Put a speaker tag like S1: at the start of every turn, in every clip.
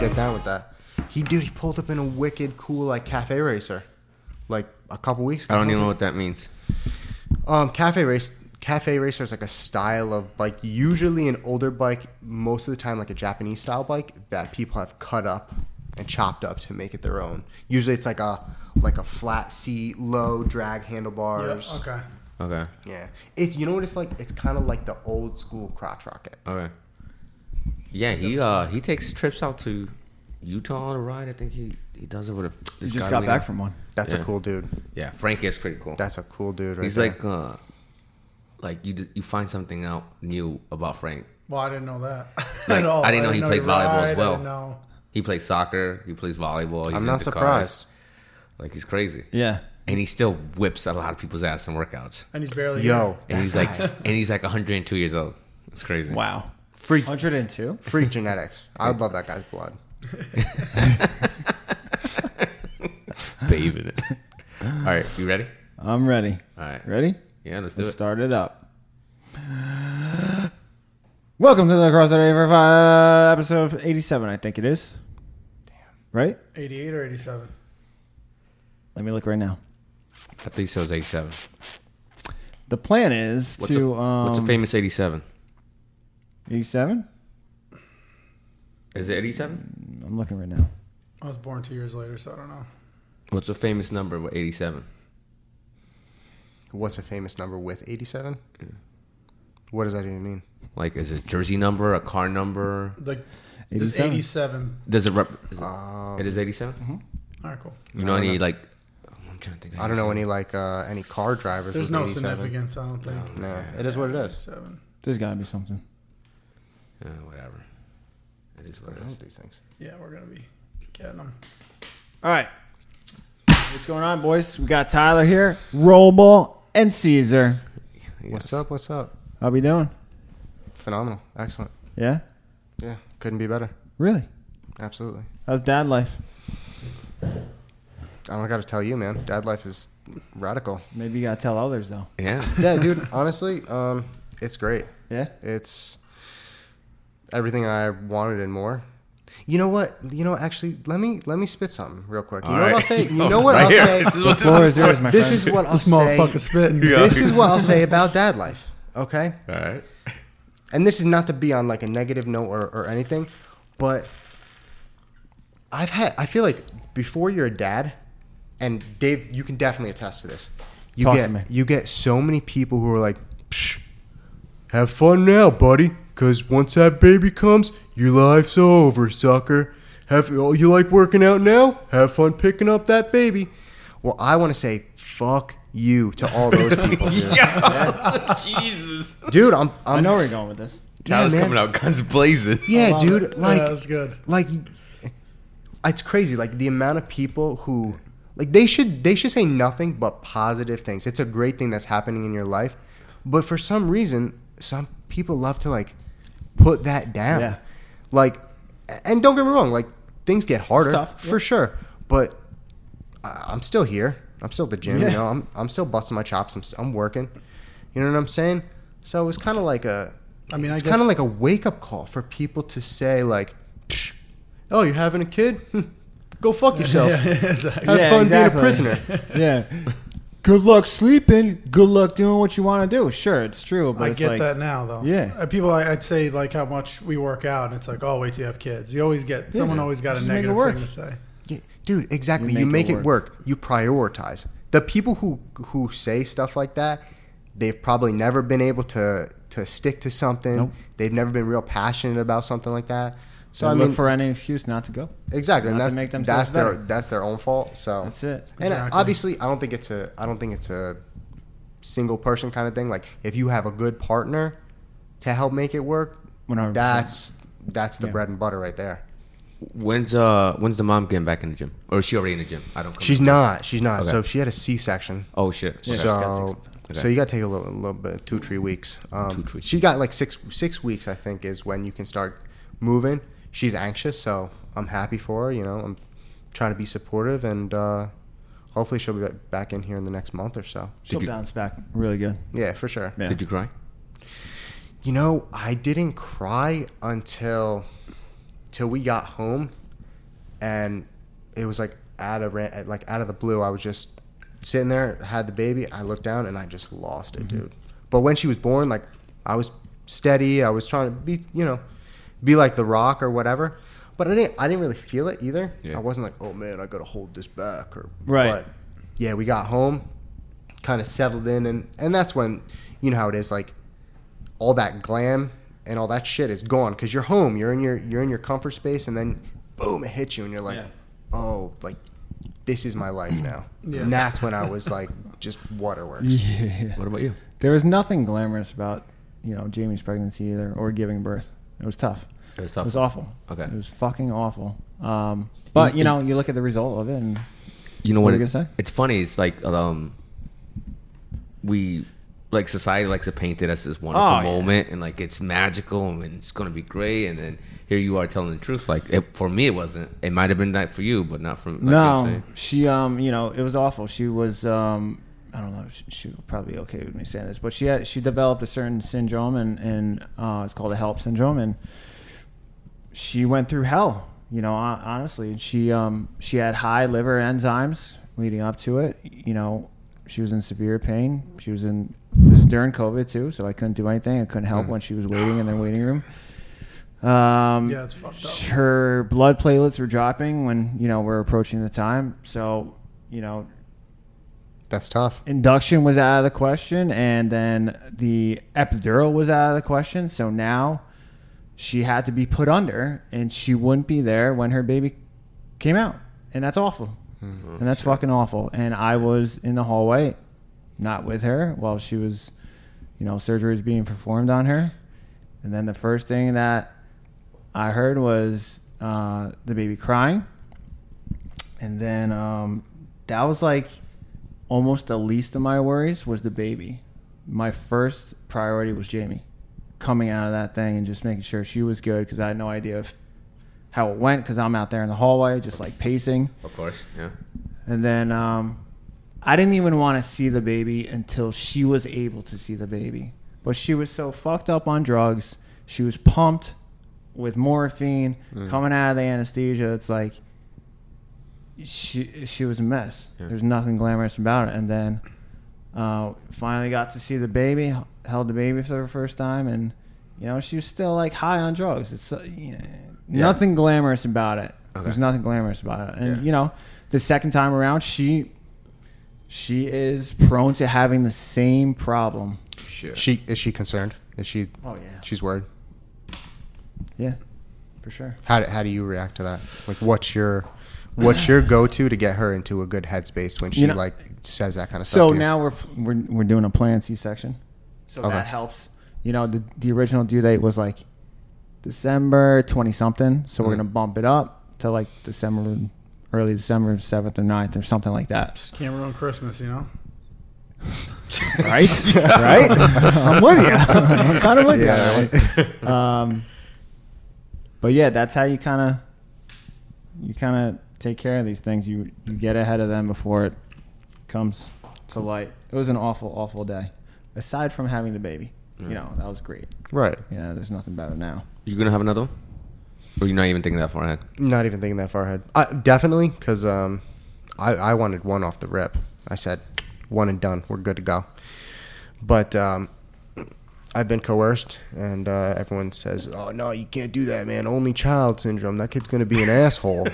S1: get down with that. He dude, he pulled up in a wicked cool like cafe racer, like a couple weeks. ago.
S2: I don't even know what that means.
S1: Um, cafe race, cafe racer is like a style of bike, usually an older bike, most of the time like a Japanese style bike that people have cut up and chopped up to make it their own. Usually it's like a like a flat seat, low drag handlebars.
S3: Yeah, okay.
S2: Okay.
S1: Yeah, it's you know what it's like. It's kind of like the old school crotch rocket.
S2: Okay. Yeah, he uh he takes trips out to Utah on a ride. I think he he does it with a.
S4: You
S2: this
S4: just
S2: guy
S4: got
S2: we
S4: back
S2: know.
S4: from one.
S1: That's a
S2: Yeah.
S1: cool dude.
S2: Yeah, Frank is pretty cool.
S1: That's a cool dude. Right
S2: He's
S1: there.
S2: like uh, like you d- you find something out new about Frank.
S3: Well, I didn't know that
S2: Like,
S3: at all.
S2: I didn't know he played volleyball as
S3: ride, I
S2: well.
S3: didn't know.
S2: He plays soccer. He plays volleyball. He's
S1: I'm not
S2: into cars.
S1: surprised.
S2: Like he's crazy,
S4: Yeah.
S2: and he still whips a lot of people's ass in workouts.
S3: And he's barely.
S1: Yo,
S2: And he's like, and he's like 102 years old. It's crazy.
S4: Wow.
S1: freak
S4: 102?
S1: Free genetics. I would love that guy's blood.
S2: Babe in it. All right, you ready?
S4: I'm ready.
S2: All right.
S4: Ready?
S2: Yeah, let's do
S4: Let's
S2: it.
S4: start it up. Welcome to the Crossfit 85 episode 87, I think it is. Damn. Right?
S3: Here. 88 or 87.
S4: Let me look right now.
S2: I think so. It's 87.
S4: The plan is
S2: What's,
S4: to
S2: a, what's a
S4: um,
S2: famous 87?
S4: 87?
S2: Is it 87?
S4: I'm looking right now.
S3: I was born two years later, so I don't know.
S2: What's a famous number with 87?
S1: What's a famous number with 87? What does that even mean?
S2: Like, is it jersey number, a car number?
S3: Like, 87.
S4: 87.
S3: 87.
S2: Does it rep? Is it,
S1: Um,
S2: it is 87.
S3: All right, cool.
S2: You know
S1: I don't
S2: any
S1: know.
S2: like? I'm trying to think. of
S1: I don't know
S2: 87.
S1: any like uh, any car drivers.
S3: There's
S1: with
S3: no
S1: 87.
S3: significance, I don't think.
S1: No, it is what it is.
S3: 87.
S4: There's got to be something.
S2: Uh, whatever. It is what
S1: I
S2: it
S1: don't know
S2: is.
S1: these things.
S3: Yeah, we're going to be getting them.
S4: All right. What's going on, boys? We got Tyler here, Romo, and Caesar.
S1: What's
S2: Yes.
S1: up? What's up?
S4: How we doing?
S1: Phenomenal. Excellent.
S4: Yeah?
S1: Yeah, couldn't be better.
S4: Really?
S1: Absolutely.
S4: How's dad life?
S1: I don't got to tell you, man. Dad life is radical.
S4: Maybe you got to tell others, though.
S2: Yeah.
S1: Yeah, dude. honestly, um, it's great.
S4: Yeah?
S1: It's everything I wanted and more. You know what? You know, actually, let me let me spit something real quick. You
S2: All
S1: know what I'll
S2: right.
S1: say? You know what
S2: Right
S1: I'll
S2: here.
S1: say?
S2: This is what
S4: The floor is yours, my
S1: This
S4: friend.
S1: is what I'll
S3: This
S1: say.
S3: motherfucker spitting.
S2: Yeah.
S1: This is what I'll say about dad life. Okay?
S2: All right.
S1: And this is not to be on like a negative note or, or anything, but I've had I feel like before you're a dad, and Dave, you can definitely attest to this. You
S4: Talk to
S1: get
S4: me.
S1: you get so many people who are like, Psh, have fun now, buddy, because once that baby comes, your life's over, sucker. Have oh, you like working out now? Have fun picking up that baby. Well, I want to say fuck you to all those people, dude.
S2: Jesus.
S1: dude I'm, I'm
S4: I know where you're going with this.
S1: yeah,
S2: Tyler's
S1: man.
S2: coming out guns blazing.
S3: I
S1: Yeah,
S3: love
S1: dude.
S3: it.
S1: Like,
S3: yeah, that's good.
S1: like, it's crazy. Like the amount of people who, like, they should they should say nothing but positive things. It's a great thing that's happening in your life, but for some reason, some people love to like put that down.
S4: Yeah.
S1: Like, and don't get me wrong. Like, things get harder
S4: tough,
S1: for sure, but I, I'm still here. I'm still at the gym.
S4: Yeah.
S1: You know, I'm I'm still busting my chops. I'm s- I'm working. You know what I'm saying? So it was kind of like a
S3: I mean, I
S1: it's
S3: get-
S1: kind of like a wake up call for people to say like, "Psh, "Oh, you're having a kid? Hmm. Go fuck yourself.
S3: Yeah, exactly.
S1: Have
S4: Yeah,
S1: fun
S4: exactly.
S1: being a prisoner."
S4: yeah. Good luck sleeping. Good luck doing what you want to do. Sure, it's true, but
S3: I
S4: it's
S3: get
S4: like,
S3: that now, though.
S4: Yeah.
S3: Uh, people, I, I'd say like how much we work out, and it's like, oh, wait till you have kids. You always get someone always got a
S4: Just make it
S3: negative
S4: work.
S3: thing to say.
S1: Yeah, dude, exactly.
S4: You
S1: You
S4: make
S1: make,
S4: it
S1: it, work. You prioritize. The people who who say stuff like that, they've probably never been able to to stick to something.
S4: Nope.
S1: They've never been real passionate about something like that. So
S4: So I
S1: I mean,
S4: look for any excuse not to go.
S1: exactly, and
S4: not to
S1: that's
S4: make themselves
S1: that's their
S4: better.
S1: that's their own fault. So
S4: That's it.
S1: And I-
S3: Exactly.
S1: obviously, I don't think it's a I don't think it's a single person kind of thing. Like if you have a good partner to help make it work,
S4: 100%.
S1: that's that's the
S4: Yeah.
S1: bread and butter right there.
S2: When's uh when's the mom getting back in the gym? Or is she already in the gym? I don't.
S1: She's not. She's not.
S2: Okay.
S1: So she had a C section.
S2: Oh shit.
S4: Yeah.
S2: Okay.
S4: she's gotta take
S1: So,
S2: some-
S1: so
S2: Okay.
S1: you got to take a little, a little bit, two, three weeks. Um,
S2: Two, three.
S1: She got like six, six weeks, I think, is when you can start moving. She's anxious, so I'm happy for her. You know, I'm trying to be supportive, and uh, hopefully she'll be back in here in the next month or so.
S4: She'll
S2: you-
S4: bounce back really good.
S1: Yeah, for sure.
S4: Yeah.
S2: Did you cry?
S1: You know, I didn't cry until till we got home and it was like out of ran- like out of the blue. I was just sitting there, had the baby. I looked down and I just lost it, dude. But when she was born, like I was steady. I was trying to be, you know, be like the Rock or whatever. But I didn't. I didn't really feel it either.
S2: Yeah.
S1: I wasn't like, oh man, I gotta hold this back or
S4: Right.
S1: But yeah, we got home, kind of settled in, and and that's when you know how it is. Like all that glam and all that shit is gone because you're home. You're in your you're in your comfort space, and then boom, it hits you, and you're like,
S4: Yeah.
S1: oh, like this is my life now.
S3: Yeah.
S1: And that's when I was like, just waterworks.
S4: Mm-hmm. Yeah.
S2: What about you?
S4: There was nothing glamorous about you know Jamie's pregnancy either or giving birth. It was tough.
S2: It was tough.
S4: It was awful.
S2: Okay.
S4: It was fucking awful. Um, but you know, you look at the result of it, and
S2: You know what?
S4: What were you
S2: it-
S4: gonna say?
S2: It's funny. It's like um, we like society likes to paint it as this wonderful
S4: Oh, yeah.
S2: moment, and like it's magical and it's gonna be great, and then here you are telling the truth. Like it, for me, it wasn't. It might have been that for you, but not for like you were
S4: no,
S2: saying.
S4: she um, you know, it was awful. She was um, I don't know. She, she would probably be okay with me saying this, but she had she developed a certain syndrome, and and uh, it's called a HELP syndrome, and she went through hell. You know, hon- honestly, and she um, she had high liver enzymes leading up to it. You know, she was in severe pain. She was in this is during COVID too, so I couldn't do anything. I couldn't
S2: Mm.
S4: help when she was waiting
S2: Oh,
S4: in their waiting room. Um,
S3: Yeah, it's fucked up.
S4: her blood platelets were dropping when you know we're approaching the time so you know
S1: That's tough.
S4: induction was out of the question and then the epidural was out of the question so now she had to be put under and she wouldn't be there when her baby came out and that's awful and that's fucking awful and i was in the hallway not with her while she was you know surgery was being performed on her and then the first thing that i heard was uh, the baby crying and then um, that was like almost the least of my worries was the baby. My first priority was Jamie coming out of that thing and just making sure she was good because I had no idea if how it went because I'm out there in the hallway just like pacing.
S2: Of course, yeah.
S4: And then um, I didn't even want to see the baby until she was able to see the baby. But she was so fucked up on drugs. She was pumped with morphine coming out of the anesthesia. It's like she she was a mess.
S2: Yeah.
S4: There's nothing glamorous about it. And then uh, finally got to see the baby, h- held the baby for the first time, and you know she was still like high on drugs. It's uh, you know, nothing glamorous about it.
S2: Okay.
S4: There's nothing glamorous about it. And
S2: Yeah.
S4: you know the second time around, she she is prone to having the same problem.
S2: Sure.
S1: She is she concerned? Is she?
S4: Oh yeah,
S1: She's worried.
S4: yeah, for sure.
S1: How do, how do you react to that? Like, what's your what's your go to to get her into a good headspace when she
S4: You know-
S1: like says that kind of stuff?
S4: So
S1: to you?
S4: now we're we're we're doing a plan C section, so
S1: Okay.
S4: that helps. You know, the the original due date was like December twenty something, so we're
S1: Mhm.
S4: gonna bump it up to like December, early December seventh or 9th or something like that.
S3: Can't ruin Christmas, you know.
S4: Right, right. I'm with you. I'm kind of with you. on that one.
S1: yeah,
S4: um, but yeah, that's how you kind of you kind of take care of these things. You you get ahead of them before it comes to light. It was an awful, awful day. Aside from having the baby, you know that was great.
S1: right.
S4: You know, there's nothing better now.
S2: You gonna have another one? Or you're not even thinking that far ahead?
S1: Not even thinking that far ahead. I, definitely, because um, I, I wanted one off the rip. I said, one and done. We're good to go. But um, I've been coerced, and uh, everyone says, oh, no, you can't do that, man. Only child syndrome. That kid's going to be an asshole.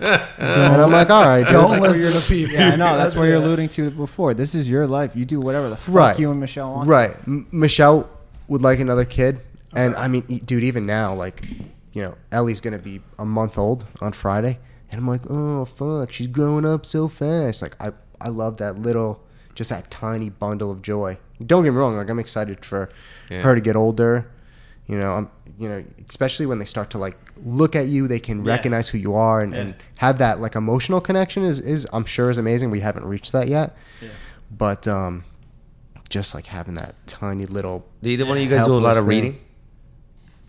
S1: and I'm like, all right, dude."
S3: Don't listen to people.
S4: Yeah, I know. That's what you're
S3: Yeah.
S4: alluding to before. This is your life. You do whatever the fuck
S1: Right.
S4: you and Michelle want.
S1: Right. M- Michelle would like another kid. And I mean, e- dude, even now, like, you know, Ellie's going to be a month old on Friday. And I'm like, oh, fuck, she's growing up so fast. Like, I, I love that little, just that tiny bundle of joy. Don't get me wrong. Like, I'm excited for
S2: Yeah.
S1: her to get older. You know, I'm, you know, especially when they start to like look at you, they can
S3: Yeah.
S1: recognize who you are and, and
S3: Yeah.
S1: have that like emotional connection is, is I'm sure is amazing. We haven't reached that yet,
S3: Yeah.
S1: but um, just like having that tiny little
S2: Did either one of you guys do a
S1: Helpless
S2: lot
S1: thing.
S2: of reading?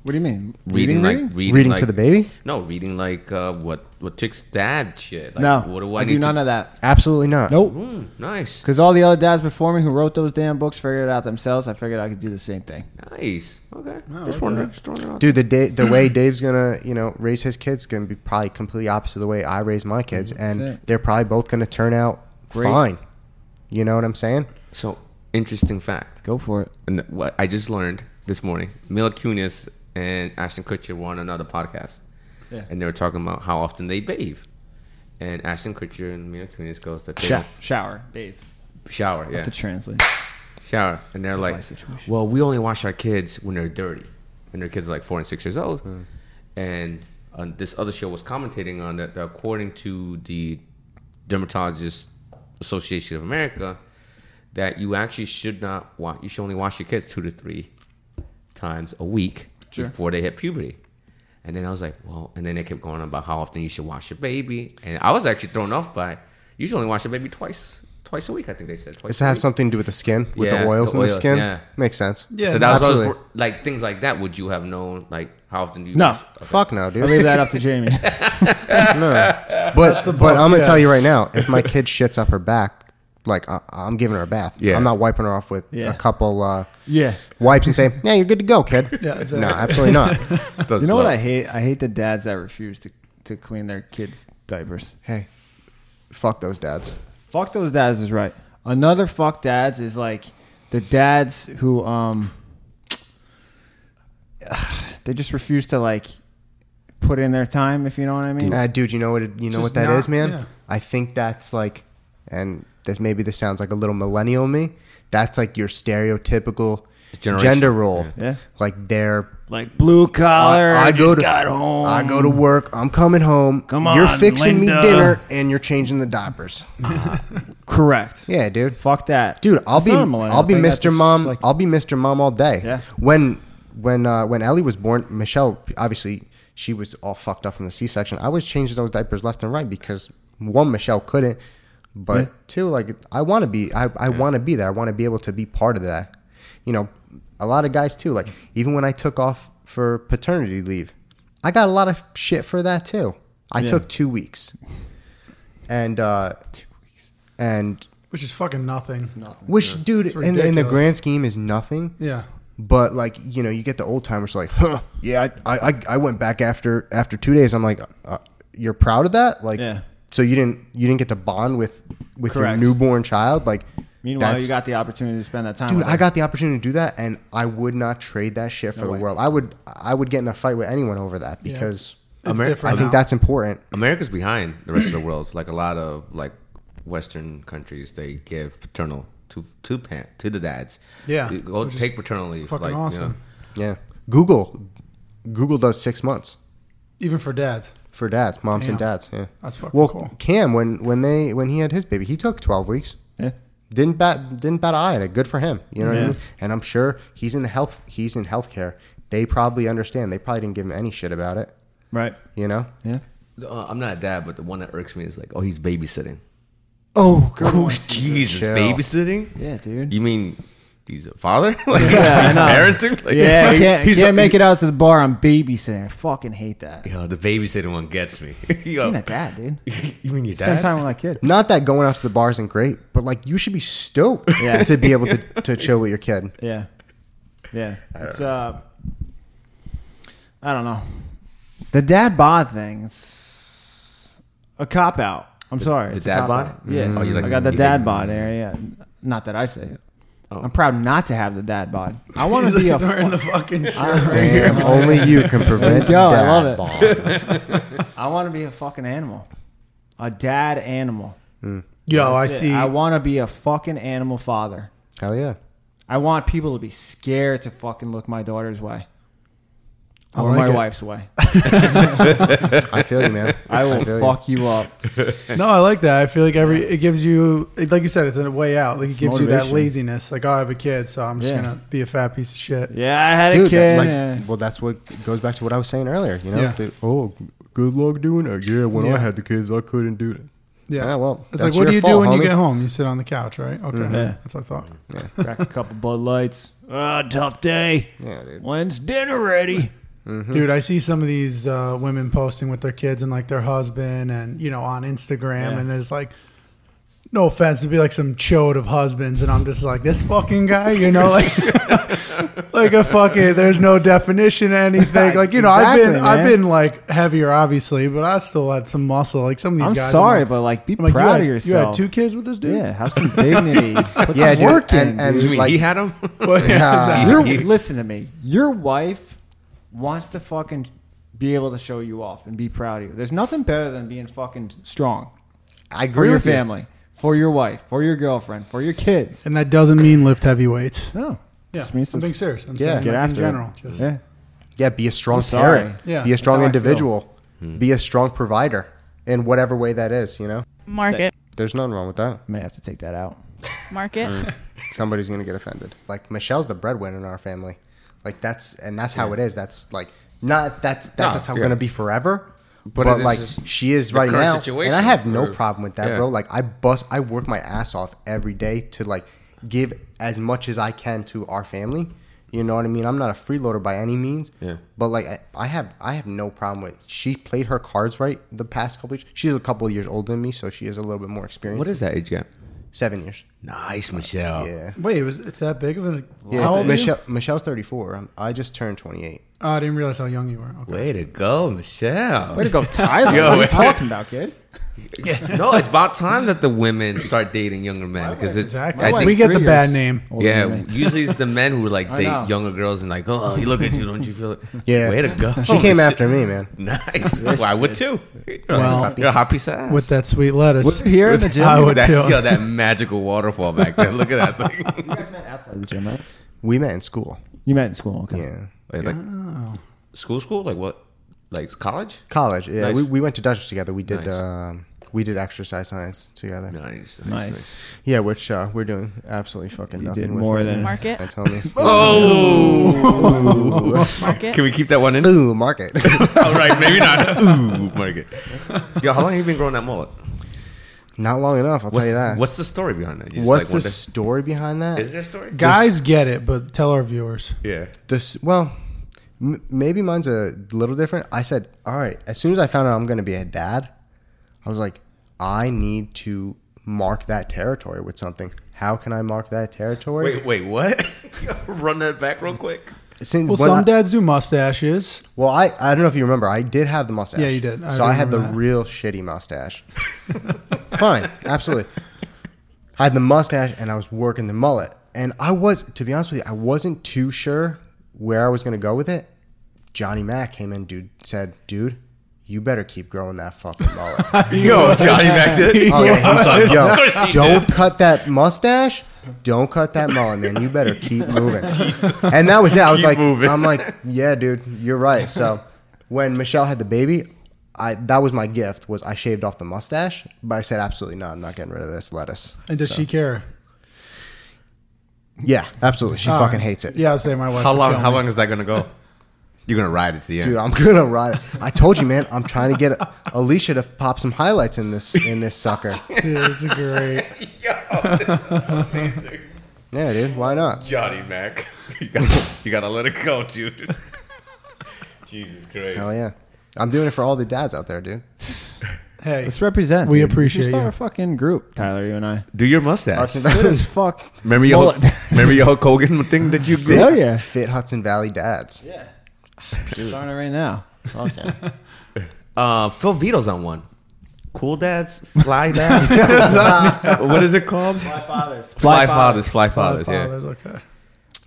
S4: What do you mean?
S2: reading, like
S4: reading?
S2: reading,
S1: Reading
S2: like,
S1: to the baby?
S2: No, reading like uh, what what chicks dad shit. Like,
S4: no,
S2: what do I,
S4: I,
S2: need
S4: do
S2: to-
S4: none of that.
S1: Absolutely not.
S4: Nope.
S2: Mm, nice,
S4: Because all the other dads before me who wrote those damn books figured it out themselves. I figured I could do the same thing.
S2: nice. Okay,
S3: Wow,
S2: just
S3: okay.
S2: wondering, just throwing it out.
S1: Dude, the day, the way Dave's gonna, you know, raise his kids gonna be probably completely opposite of the way I raise my kids, and
S4: it.
S1: they're probably both gonna turn out
S4: Great.
S1: fine. You know what I'm saying?
S2: So interesting fact.
S4: Go for it.
S2: and what I just learned this morning, Mila Kunis and Ashton Kutcher were on another podcast,
S4: Yeah.
S2: and they were talking about how often they bathe. And Ashton Kutcher and Mila Kunis goes that they
S4: Sha- shower, bathe.
S2: don't shower, yeah,
S4: To translate.
S2: shower, and they're
S4: my
S2: like,
S4: situation.
S2: "Well, we only wash our kids when they're dirty," and their kids are like four and six years old. And uh, this other show was commentating on that, that according to the Dermatologist Association of America, that you actually should not wash. You should only wash your kids two to three times a week
S4: Sure.
S2: before they hit puberty. And then I was like, well, and then they kept going on about how often you should wash your baby. And I was actually thrown off by you should only wash your baby twice twice a week. I think they said twice.
S1: Does
S2: a
S1: that have
S2: week.
S1: something to do with the skin, with
S2: Yeah,
S1: the oils
S2: the
S1: in the
S2: oils,
S1: skin?
S2: yeah.
S1: Makes sense.
S3: Yeah,
S2: So that was, what I was
S1: Absolutely.
S2: wor- like things like that. Would you have known like how often do you?
S4: No.
S2: wash-
S1: Fuck no,
S4: I
S1: dude.
S4: leave that up to Jamie.
S1: But but
S3: buff,
S1: I'm gonna
S3: yeah.
S1: tell you right now, if my kid shits up her back, like I, I'm giving her a bath.
S2: Yeah.
S1: I'm not wiping her off with
S4: Yeah.
S1: a couple uh,
S4: yeah.
S1: wipes and saying, "Yeah, you're good to go, kid."
S3: Yeah, exactly.
S1: No, absolutely not.
S2: Does-
S4: You know what
S2: well,
S4: I hate? I hate the dads that refuse to, to clean their kids' diapers.
S1: hey, fuck those dads.
S4: Fuck those dads is right. Another fuck dads is like the dads who um they just refuse to like put in their time if you know what I mean.
S1: Uh, dude, you know what it, you know what
S3: Just
S1: that is,
S3: not-
S1: man.
S3: yeah.
S1: I think that's like, and this maybe this sounds like a little millennial me. That's like your stereotypical
S2: Generation.
S1: gender role.
S4: Yeah.
S1: Like they're
S4: Like blue collar. I,
S1: go
S4: just
S1: to
S4: got home.
S1: I go to work. I'm coming home.
S4: Come
S1: you're
S4: on,
S1: fixing
S4: Linda.
S1: me dinner, and you're changing the diapers.
S4: correct.
S1: Yeah, dude.
S4: Fuck that,
S1: Dude, I'll
S4: That's
S1: be
S4: not a millennial
S1: I'll be
S4: thing. That's
S1: Mr.
S4: just,
S1: Mom.
S4: like-
S1: I'll be Mr. Mom all day.
S4: Yeah.
S1: When when uh, when Ellie was born, Michelle obviously she was all fucked up from the C section. I was changing those diapers left and right because one Michelle couldn't, but two like I want to be I, I want to be there. I want to be able to be part of that. You know, a lot of guys too. Like even when I took off for paternity leave, I got a lot of shit for that too. I
S4: Yeah.
S1: took two weeks, and uh, and
S3: which is fucking nothing.
S1: which, dude,
S3: It's
S1: in the, in the
S3: ridiculous.
S1: grand scheme is nothing.
S3: Yeah,
S1: But like, you know, you get the old timers like, huh? Yeah, I, I, I went back after after two days. I'm like, uh, you're proud of that? Like,
S4: Yeah.
S1: So you didn't you didn't get to bond with with
S4: Correct.
S1: your newborn child? Like,
S4: Meanwhile, you
S1: that's-
S4: got the opportunity to spend that time.
S1: dude.
S4: with
S1: I
S4: her.
S1: got the opportunity to do that, and I would not trade that shit for the
S4: way.
S1: world. I would I would get in a fight with anyone over that because
S3: it's
S2: Ameri-
S1: I
S3: different.
S1: think
S3: now.
S1: that's important.
S2: America's behind the rest of the world. Like a lot of like Western countries, they give paternal to to parent to the dads.
S3: Yeah,
S2: You go
S3: which is
S2: take paternal leave.
S3: fucking
S2: like, you
S3: awesome.
S2: know.
S1: Yeah. Google Google does six months.
S3: even for dads.
S1: for dads, moms and
S3: Damn.
S1: dads. Yeah,
S3: That's fucking
S1: well.
S3: cool.
S1: Cam, when when they when he had his baby, he took twelve weeks.
S4: Yeah.
S1: Didn't bat didn't bat an eye at it. Good for him. You know what
S4: Yeah.
S1: I mean? And I'm sure he's in the health he's in healthcare. They probably understand. They probably didn't give him any shit about it.
S4: right.
S1: You know?
S4: Yeah.
S2: Uh, I'm not a dad, but the one that irks me is like, oh, he's babysitting.
S4: Oh,
S2: Oh, Jesus,
S1: Chill.
S2: babysitting?
S4: yeah, dude.
S2: You mean he's a father? like,
S4: Yeah, I
S2: he's
S4: know.
S2: parenting? Like,
S4: yeah,
S2: like,
S4: can't,
S2: he's
S4: can't
S2: a-
S4: make it out to the bar on babysitting. I fucking hate that.
S2: Yo, the babysitting one gets me. Yo,
S4: Being a dad, dude.
S2: you mean your
S4: Spend
S2: dad?
S4: time with my kid.
S1: Not that going out to the bar isn't great, but like you should be stoked
S4: Yeah.
S1: to be able to, to chill with your kid.
S4: Yeah. Yeah. It's uh I don't know. The dad bod thing. It's a cop out. I'm sorry.
S2: the
S4: it's a
S2: dad
S4: cop-out.
S2: bod?
S4: Yeah.
S2: Oh, you like-
S4: I got the
S2: you
S4: dad
S2: like-
S4: bod there, yeah. Not that I say it.
S2: Oh.
S4: I'm proud not to have the dad bod. I want to be a
S3: They're in the
S4: fu-
S3: fucking shit.
S4: I,
S1: Damn, only you can prevent
S4: There you go, I
S1: dad
S4: love it.
S1: bonds.
S4: I want to be a fucking animal. A dad animal.
S3: Yo,
S2: Oh,
S3: I
S4: That's it.
S3: see.
S4: I want to be a fucking animal father.
S1: Hell yeah.
S4: I want people to be scared to fucking look my daughter's way.
S3: I
S4: Or
S3: like
S4: my
S3: it.
S4: wife's way.
S1: I feel you, man.
S4: I will
S1: feel you.
S4: fuck you up.
S3: no, I like that. I feel like every it gives you, it- like you said, it's a way out. Like
S4: It's
S3: it gives you that
S4: motivation.
S3: laziness. Like oh, I have a kid, so I'm just
S4: Yeah.
S3: gonna be a fat piece of shit.
S4: Yeah, I had a
S1: Dude,
S4: kid.
S1: that, like,
S4: yeah.
S1: well, that's what goes back to what I was saying earlier. You know,
S3: Yeah.
S1: Dude,
S5: Oh, g- good luck doing that. Yeah, when
S3: Yeah.
S5: I had the kids, I couldn't do that.
S3: Yeah.
S1: Ah, well,
S3: it's like
S1: that's
S3: what do
S1: your
S3: you do
S1: fault,
S3: when
S1: homie.
S3: you get home? You sit on the couch, right? Okay,
S4: Yeah.
S3: that's what I thought.
S4: Cracked a couple Bud Lights. Ah, tough day.
S1: Yeah, dude.
S4: When's dinner ready?
S3: Dude, I see some of these uh, women posting with their kids and like their husband and, you know, on Instagram.
S4: Yeah.
S3: And there's like, no offense, it'd be like some chode of husbands. And I'm just like, this fucking guy, you know, like, like a fucking, there's no definition to anything. Like, you know, I've been,
S4: Exactly,
S3: I've
S4: man.
S3: been like heavier, obviously, but I still had some muscle. Like some of these
S4: I'm
S3: guys.
S4: sorry,
S3: like-
S4: but like, be
S3: I'm like, you
S4: proud
S3: had,
S4: of
S3: You had
S4: yourself.
S3: two kids with this dude?
S4: yeah, have some dignity. Put
S1: Yeah,
S4: some
S1: dude,
S4: work in.
S1: and- and-
S4: dude.
S2: You mean
S1: like-
S2: he had him?
S1: Yeah.
S4: Your,
S2: You-
S4: listen to me. Your wife wants to fucking be able to show you off and be proud of you. There's nothing better than being fucking strong
S1: I
S4: for
S1: agree
S4: your
S1: with you.
S4: family, for your wife, for your girlfriend, for your kids.
S3: And that doesn't mean lift heavy weights.
S4: No,
S3: Yeah,
S4: Just means to
S3: I'm being serious. I'm
S1: Yeah.
S3: saying,
S4: get
S3: like,
S4: after
S3: in general.
S4: It.
S3: Just,
S4: yeah,
S1: Yeah, be a strong
S4: I'm sorry.
S1: parent.
S3: Yeah,
S1: be a
S3: that's
S1: strong
S4: how I feel.
S1: individual. Be a strong provider in whatever way that is. You know,
S6: Market.
S1: there's nothing wrong with that.
S4: may have to take that out.
S6: Market.
S1: Somebody's gonna get offended. Like Michelle's the breadwinner in our family. Like that's and that's how it is. That's like not that's
S2: Nah,
S1: that's how
S2: yeah.
S1: gonna be forever. But,
S2: it is
S1: like
S2: just
S1: she is
S2: the
S1: right
S2: current
S1: now, and I
S2: situation,
S1: have no
S2: or-
S1: problem with that,
S2: yeah.
S1: bro. Like I bust, I work my ass off every day to like give as much as I can to our family. You know what I mean? I'm not a freeloader by any means.
S2: Yeah.
S1: But like I, I have I have no problem with she played her cards right the past couple years. She's a couple of years older than me, so she is a little bit more experienced.
S2: What is Oh. that age gap?
S1: seven years?
S2: Nice, Michelle.
S1: Yeah.
S3: Wait, it was it's that big of a?
S1: Yeah,
S3: how old are you?
S1: Michelle, Michelle's 34. Um, I just turned 28.
S3: Oh, I didn't realize how young you were. Okay.
S2: Way to go, Michelle.
S4: Way to go, Tyler.
S2: Yo,
S4: what are you
S2: wait.
S4: talking about, kid?
S2: no, it's about time that the women start dating younger men because it's.
S3: Exactly.
S2: I
S4: My
S2: think-
S3: we
S4: wife's
S3: get the
S4: three
S3: bad
S4: years
S3: name.
S4: older than
S2: yeah,
S4: me.
S2: usually it's the men who like
S4: I
S2: date
S4: know.
S2: younger girls and like, oh, you look at you, don't you feel it?
S1: Yeah.
S2: way to go.
S1: She came after me, man.
S2: Nice. well, I would too. You're
S3: Well,
S2: a- you're a happy sass.
S3: With that sweet lettuce.
S4: Was it here in the gym?
S3: I would
S2: that,
S3: too.
S2: yo, that magical waterfall back there. Look at that thing.
S4: You guys met outside the gym, right?
S1: We met in school.
S4: You met in school, okay?
S1: Yeah.
S2: Wait, like school, school, like what? Like college?
S1: College. Yeah.
S2: Nice.
S1: We, we went to Dutchess together. We did
S2: Nice.
S1: um, we did exercise science together.
S2: Nice, nice.
S4: Nice.
S1: Yeah, which uh, we're doing absolutely fucking
S4: You
S1: nothing
S4: did
S1: with
S4: more
S1: right
S4: than-
S1: now.
S6: Market.
S1: That's homie.
S2: Oh,
S6: Market.
S2: can we keep that one in?
S1: Ooh, market.
S2: All right, maybe not. Ooh, market. Yo, how long have you been growing that mullet?
S1: Not long enough. I'll
S2: What's,
S1: tell you that.
S2: what's the story behind that? You just,
S1: What's
S2: like,
S1: the story behind that?
S2: wonder- Is there a story?
S3: Guys get it, but tell our viewers.
S2: Yeah.
S1: this well m- maybe mine's a little different i said all right as soon as i found out i'm going to be a dad i was like i need to mark that territory with something how can i mark that territory
S2: Wait, wait, what? Run that back real quick.
S1: Since
S3: Well,
S1: when
S3: some
S1: I-
S3: dads do mustaches.
S1: well I, I don't know if you remember i did have the mustache
S3: Yeah, you did. I
S1: so i had the
S3: remember that.
S1: real shitty mustache fine absolutely i had the mustache and i was working the mullet and i was to be honest with you i wasn't too sure where i was going to go with it johnny mack came in dude said dude you better keep growing that fucking mullet
S2: Yo, Johnny back did.
S1: Oh yeah, he's like,
S2: Of course
S1: yo,
S2: he
S1: don't cut that mustache. Don't cut that mullet, man. You better keep moving. and that was it. I was
S2: Keep
S1: like,
S2: moving.
S1: I'm like, yeah, dude, you're right. So when Michelle had the baby, I that was my gift was I shaved off the mustache, but I said absolutely no, I'm not getting rid of this lettuce.
S3: And does she care?
S1: Yeah, absolutely. She fucking hates it.
S3: Uh, Yeah, I'll say my wife.
S2: How
S3: would
S2: long?
S3: kill
S2: How
S3: me.
S2: long is that gonna go? You're gonna ride it to the end.
S1: Dude, I'm gonna ride it. I told you, man. I'm trying to get Alicia to pop some highlights in this in this sucker.
S3: Dude, this is great.
S1: Yeah, dude. Why not?
S2: Johnny Mac. You gotta, you gotta let it go, dude. Jesus Christ.
S1: Hell yeah. I'm doing it for all the dads out there, dude.
S3: Hey,
S4: Let's represent.
S3: We
S4: dude.
S3: appreciate
S4: Just start
S3: you.
S4: a fucking group, Tyler. You and I.
S2: Do your mustache.
S1: Hudson-
S4: Good as fuck.
S2: Remember your
S4: Mullet.
S2: remember your Hulk Hogan thing that you grew?
S4: Hell yeah.
S1: Fit Hudson Valley dads.
S4: Starting right now. Okay.
S2: Uh, Phil Vito's on one. Cool dads, fly dads. what is it called? Fly
S4: fathers.
S2: Fly fathers, fly
S3: Father,
S2: fathers. Yeah.
S3: okay.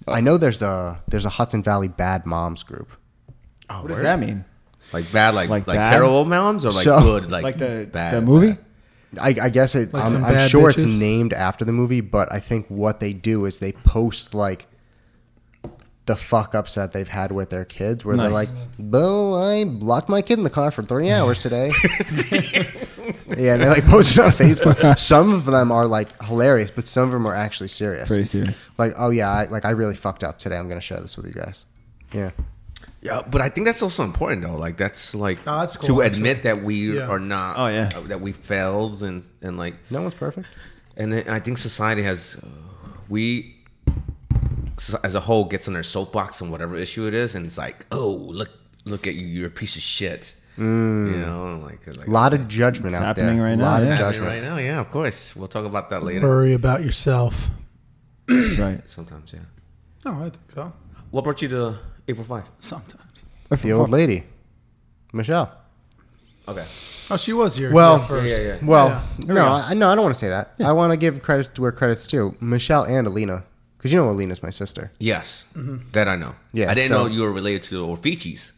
S1: I know there's a there's a Hudson Valley bad moms group.
S4: What does that mean?
S2: Like bad, like
S4: Like
S2: like,
S4: bad?
S2: terrible mounds, or like
S1: So-
S2: good, like,
S4: Like the
S2: bad,
S4: the movie?
S2: bad.
S1: I, I guess it,
S3: Like
S1: I'm,
S3: some
S1: I'm
S3: bad
S1: sure it's
S3: bitches?
S1: named after the movie, but I think what they do is they post like the fuck ups that they've had with their kids, where they're like,
S4: Nice.
S1: "Bo, I locked my kid in the car for three hours today." yeah, and they like post it on Facebook. Some of them are like hilarious, but some of them are actually serious.
S4: Pretty serious.
S1: Like, oh yeah, I, like I really fucked up today. I'm gonna share this with you guys. Yeah.
S2: Yeah, but I think that's also important though. Like that's like
S3: Oh, that's cool,
S2: to
S3: actually.
S2: admit that we
S3: Yeah.
S2: are not.
S4: Oh, yeah.
S2: uh, that we failed and and like
S1: No one's perfect.
S2: and then I think society has uh, we so- as a whole gets on their soapbox on whatever issue it is, and it's like, oh look, look at you, you're a piece of shit. You know, like, like
S1: A lot of judgment
S4: It's
S1: out
S4: happening
S1: there.
S4: right now,
S1: lot
S4: yeah.
S1: of
S2: Happening
S1: judgment.
S2: right now. Yeah, of course. We'll talk about that later.
S3: Worry about yourself.
S4: right.
S2: Sometimes, yeah.
S3: No, I think so.
S2: What brought you to April Five?
S3: Sometimes.
S1: The old lady, Michelle.
S2: Okay.
S3: Oh, she was here.
S1: Well,
S3: yeah, first.
S2: Yeah, yeah, yeah.
S1: Well,
S3: Yeah.
S1: no, I, no, I don't want to say that. I want to give credit to where credit's due. Michelle and Alina, because you know Alina's my sister.
S2: Yes, that I know.
S1: Yeah,
S2: I didn't
S1: so-
S2: know you were related to the Orfichis.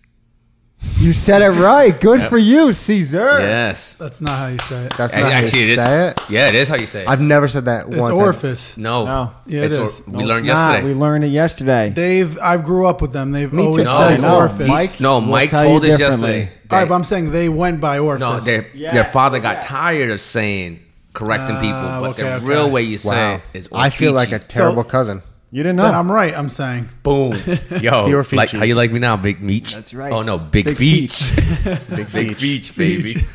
S4: You said it right. Good for you, Caesar.
S2: Yes.
S3: That's not how you say it.
S1: That's not
S2: Actually,
S1: how you
S2: it is.
S1: say it.
S2: Yeah, it is how you say it.
S1: I've never said that
S3: It's
S1: once.
S3: Orphis.
S2: no.
S4: No.
S3: Yeah, it
S2: It's
S3: is.
S2: we
S4: No,
S2: learned
S4: it's not.
S2: yesterday.
S4: We learned it yesterday.
S3: They've. I grew up with them. They've
S1: Me too.
S3: always
S2: no,
S3: said
S4: said
S2: no,
S4: Orphis.
S3: Orphis.
S2: Oh, Mike. No,
S4: will
S2: Mike
S4: tell you
S2: told us
S4: differently.
S2: yesterday.
S3: All right,
S2: that-
S3: but I'm saying they went by Orphis.
S2: No, their
S4: Yes,
S2: their father got
S4: yes.
S2: tired of saying correcting people,
S3: Ah,
S2: but the
S3: okay,
S2: real
S3: okay.
S2: way you say
S1: Wow,
S2: it is. Orfici.
S1: I feel like a terrible
S3: So-
S1: cousin.
S4: You didn't know.
S3: Then I'm right. I'm saying.
S2: boom. Yo,
S1: The
S2: like
S1: Orficis.
S2: how you like me now, Big Meech?
S4: That's right.
S2: Oh no, Big,
S4: Big
S2: Beach.
S1: Big
S2: Big
S1: feet.
S2: Beach, baby.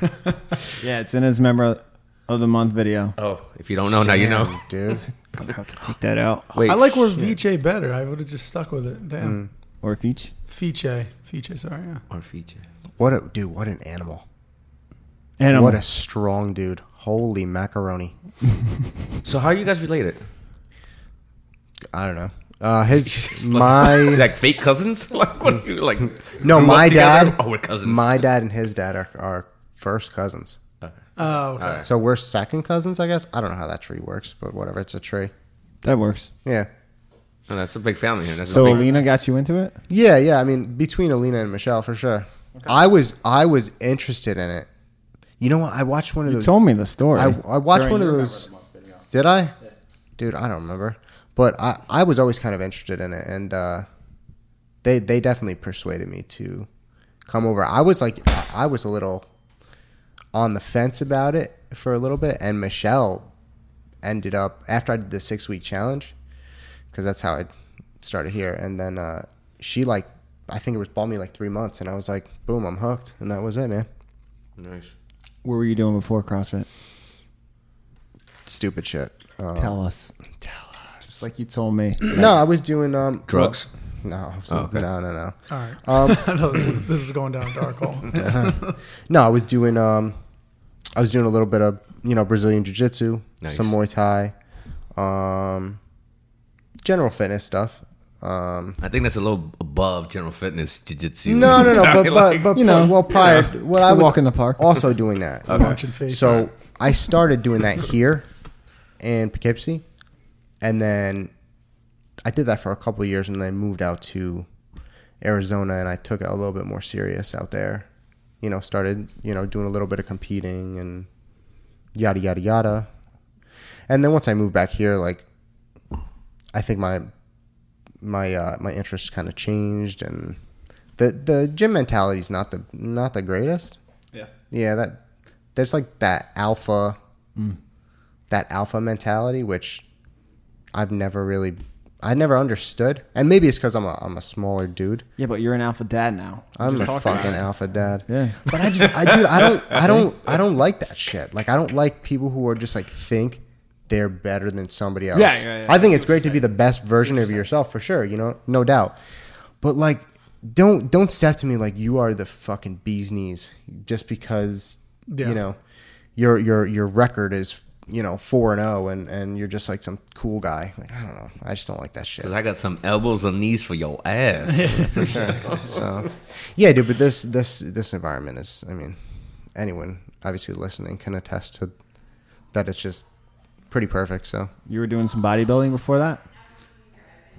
S4: yeah, it's in his member of the month video.
S2: oh, if you don't know now, you know.
S1: dude.
S4: I'm gonna have to take that out.
S2: Wait,
S3: I like where Viche better. I would have just stuck with it. Damn.
S4: Or feach.
S3: Fiche. Fiche. Sorry. Yeah.
S2: Orfici.
S1: What a dude! What an animal!
S4: And um,
S1: What a strong dude! Holy macaroni!
S2: So how are you guys related?
S1: I don't know. Uh, his my
S2: like fake cousins? Like what? Are you like?
S1: no
S2: grew up
S1: my
S2: together?
S1: dad.
S2: Oh, we're cousins.
S1: My dad and his dad are, are first cousins.
S3: Oh, okay.
S2: Alright.
S1: So we're second cousins, I guess. I don't know how that tree works, but whatever. It's a tree.
S4: that works.
S1: Yeah.
S2: Oh, that's a big family here. That's
S4: So
S2: a big,
S4: Alina got you into it.
S1: Yeah, yeah. I mean, between Alina and Michelle, for sure. I was I was interested in it. You know what? I watched one of
S4: You
S1: those.
S4: told me the story.
S1: I, I watched
S4: During
S1: one of
S4: your
S1: those. Did I? Dude, I don't remember. But I, I was always kind of interested in it, and uh, they they definitely persuaded me to come over. I was like, I- I was a little on the fence about it for a little bit, and Michelle ended up after I did the six week challenge because that's how I started here, and then uh, she like I think it was bought me like three months, and I was like, boom, I'm hooked, and that was it, man.
S2: nice.
S4: What were you doing before CrossFit?
S1: Stupid shit. Um,
S4: Tell us.
S1: tell
S4: It's like you told me.
S1: No, I was doing um
S2: Drugs? Oh,
S1: well, no, I was- no, no, no.
S3: All right.
S1: Um,
S3: I know this, is- this is going down a dark hole.
S2: Oh.
S1: no, I was doing um, I was doing a little bit of you know Brazilian jiu jitsu,
S2: Nice.
S1: some Muay Thai, um, general fitness stuff. Um,
S2: I think that's a little above general fitness jiu-jitsu.
S1: no, no, no, but but, but
S4: you know,
S1: well prior well
S4: Just
S1: I
S4: a
S1: was
S4: walk in the park.
S1: also doing
S2: Oh,
S1: that.
S3: Punching faces.
S1: So I started doing that here in Poughkeepsie, and then I did that for a couple of years, and then moved out to Arizona, and I took it a little bit more serious out there. You know, started you know doing a little bit of competing and yada yada yada, and then once I moved back here, like I think my my uh, my interests kind of changed, and the the gym mentality is not the not the greatest.
S4: Yeah.
S1: Yeah, that there's like that alpha
S4: Mm.
S1: that alpha mentality which I've never really I never understood. And maybe it's cuz I'm a I'm a smaller dude.
S4: Yeah, but you're an alpha dad now.
S1: I'm
S4: Just
S1: a
S4: talking about
S1: fucking
S4: it.
S1: alpha dad.
S4: Yeah.
S1: But I just I dude, I don't I don't I don't like that shit. Like I don't like people who are just like think they're better than somebody else.
S4: Yeah, yeah, yeah.
S1: I think it's great to be the best version of yourself for sure, you know, no doubt. But like don't don't step to me like you are the fucking bee's knees just because
S3: Yeah.
S1: you know your your your record is you know four and zero and and you're just like some cool guy. Like, I don't know. I just don't like that shit.
S2: Because I got some elbows and knees for your ass.
S1: So, yeah, dude. But this this this environment is. I mean, anyone obviously listening can attest to that. It's just pretty perfect. So,
S4: You were doing some bodybuilding before that.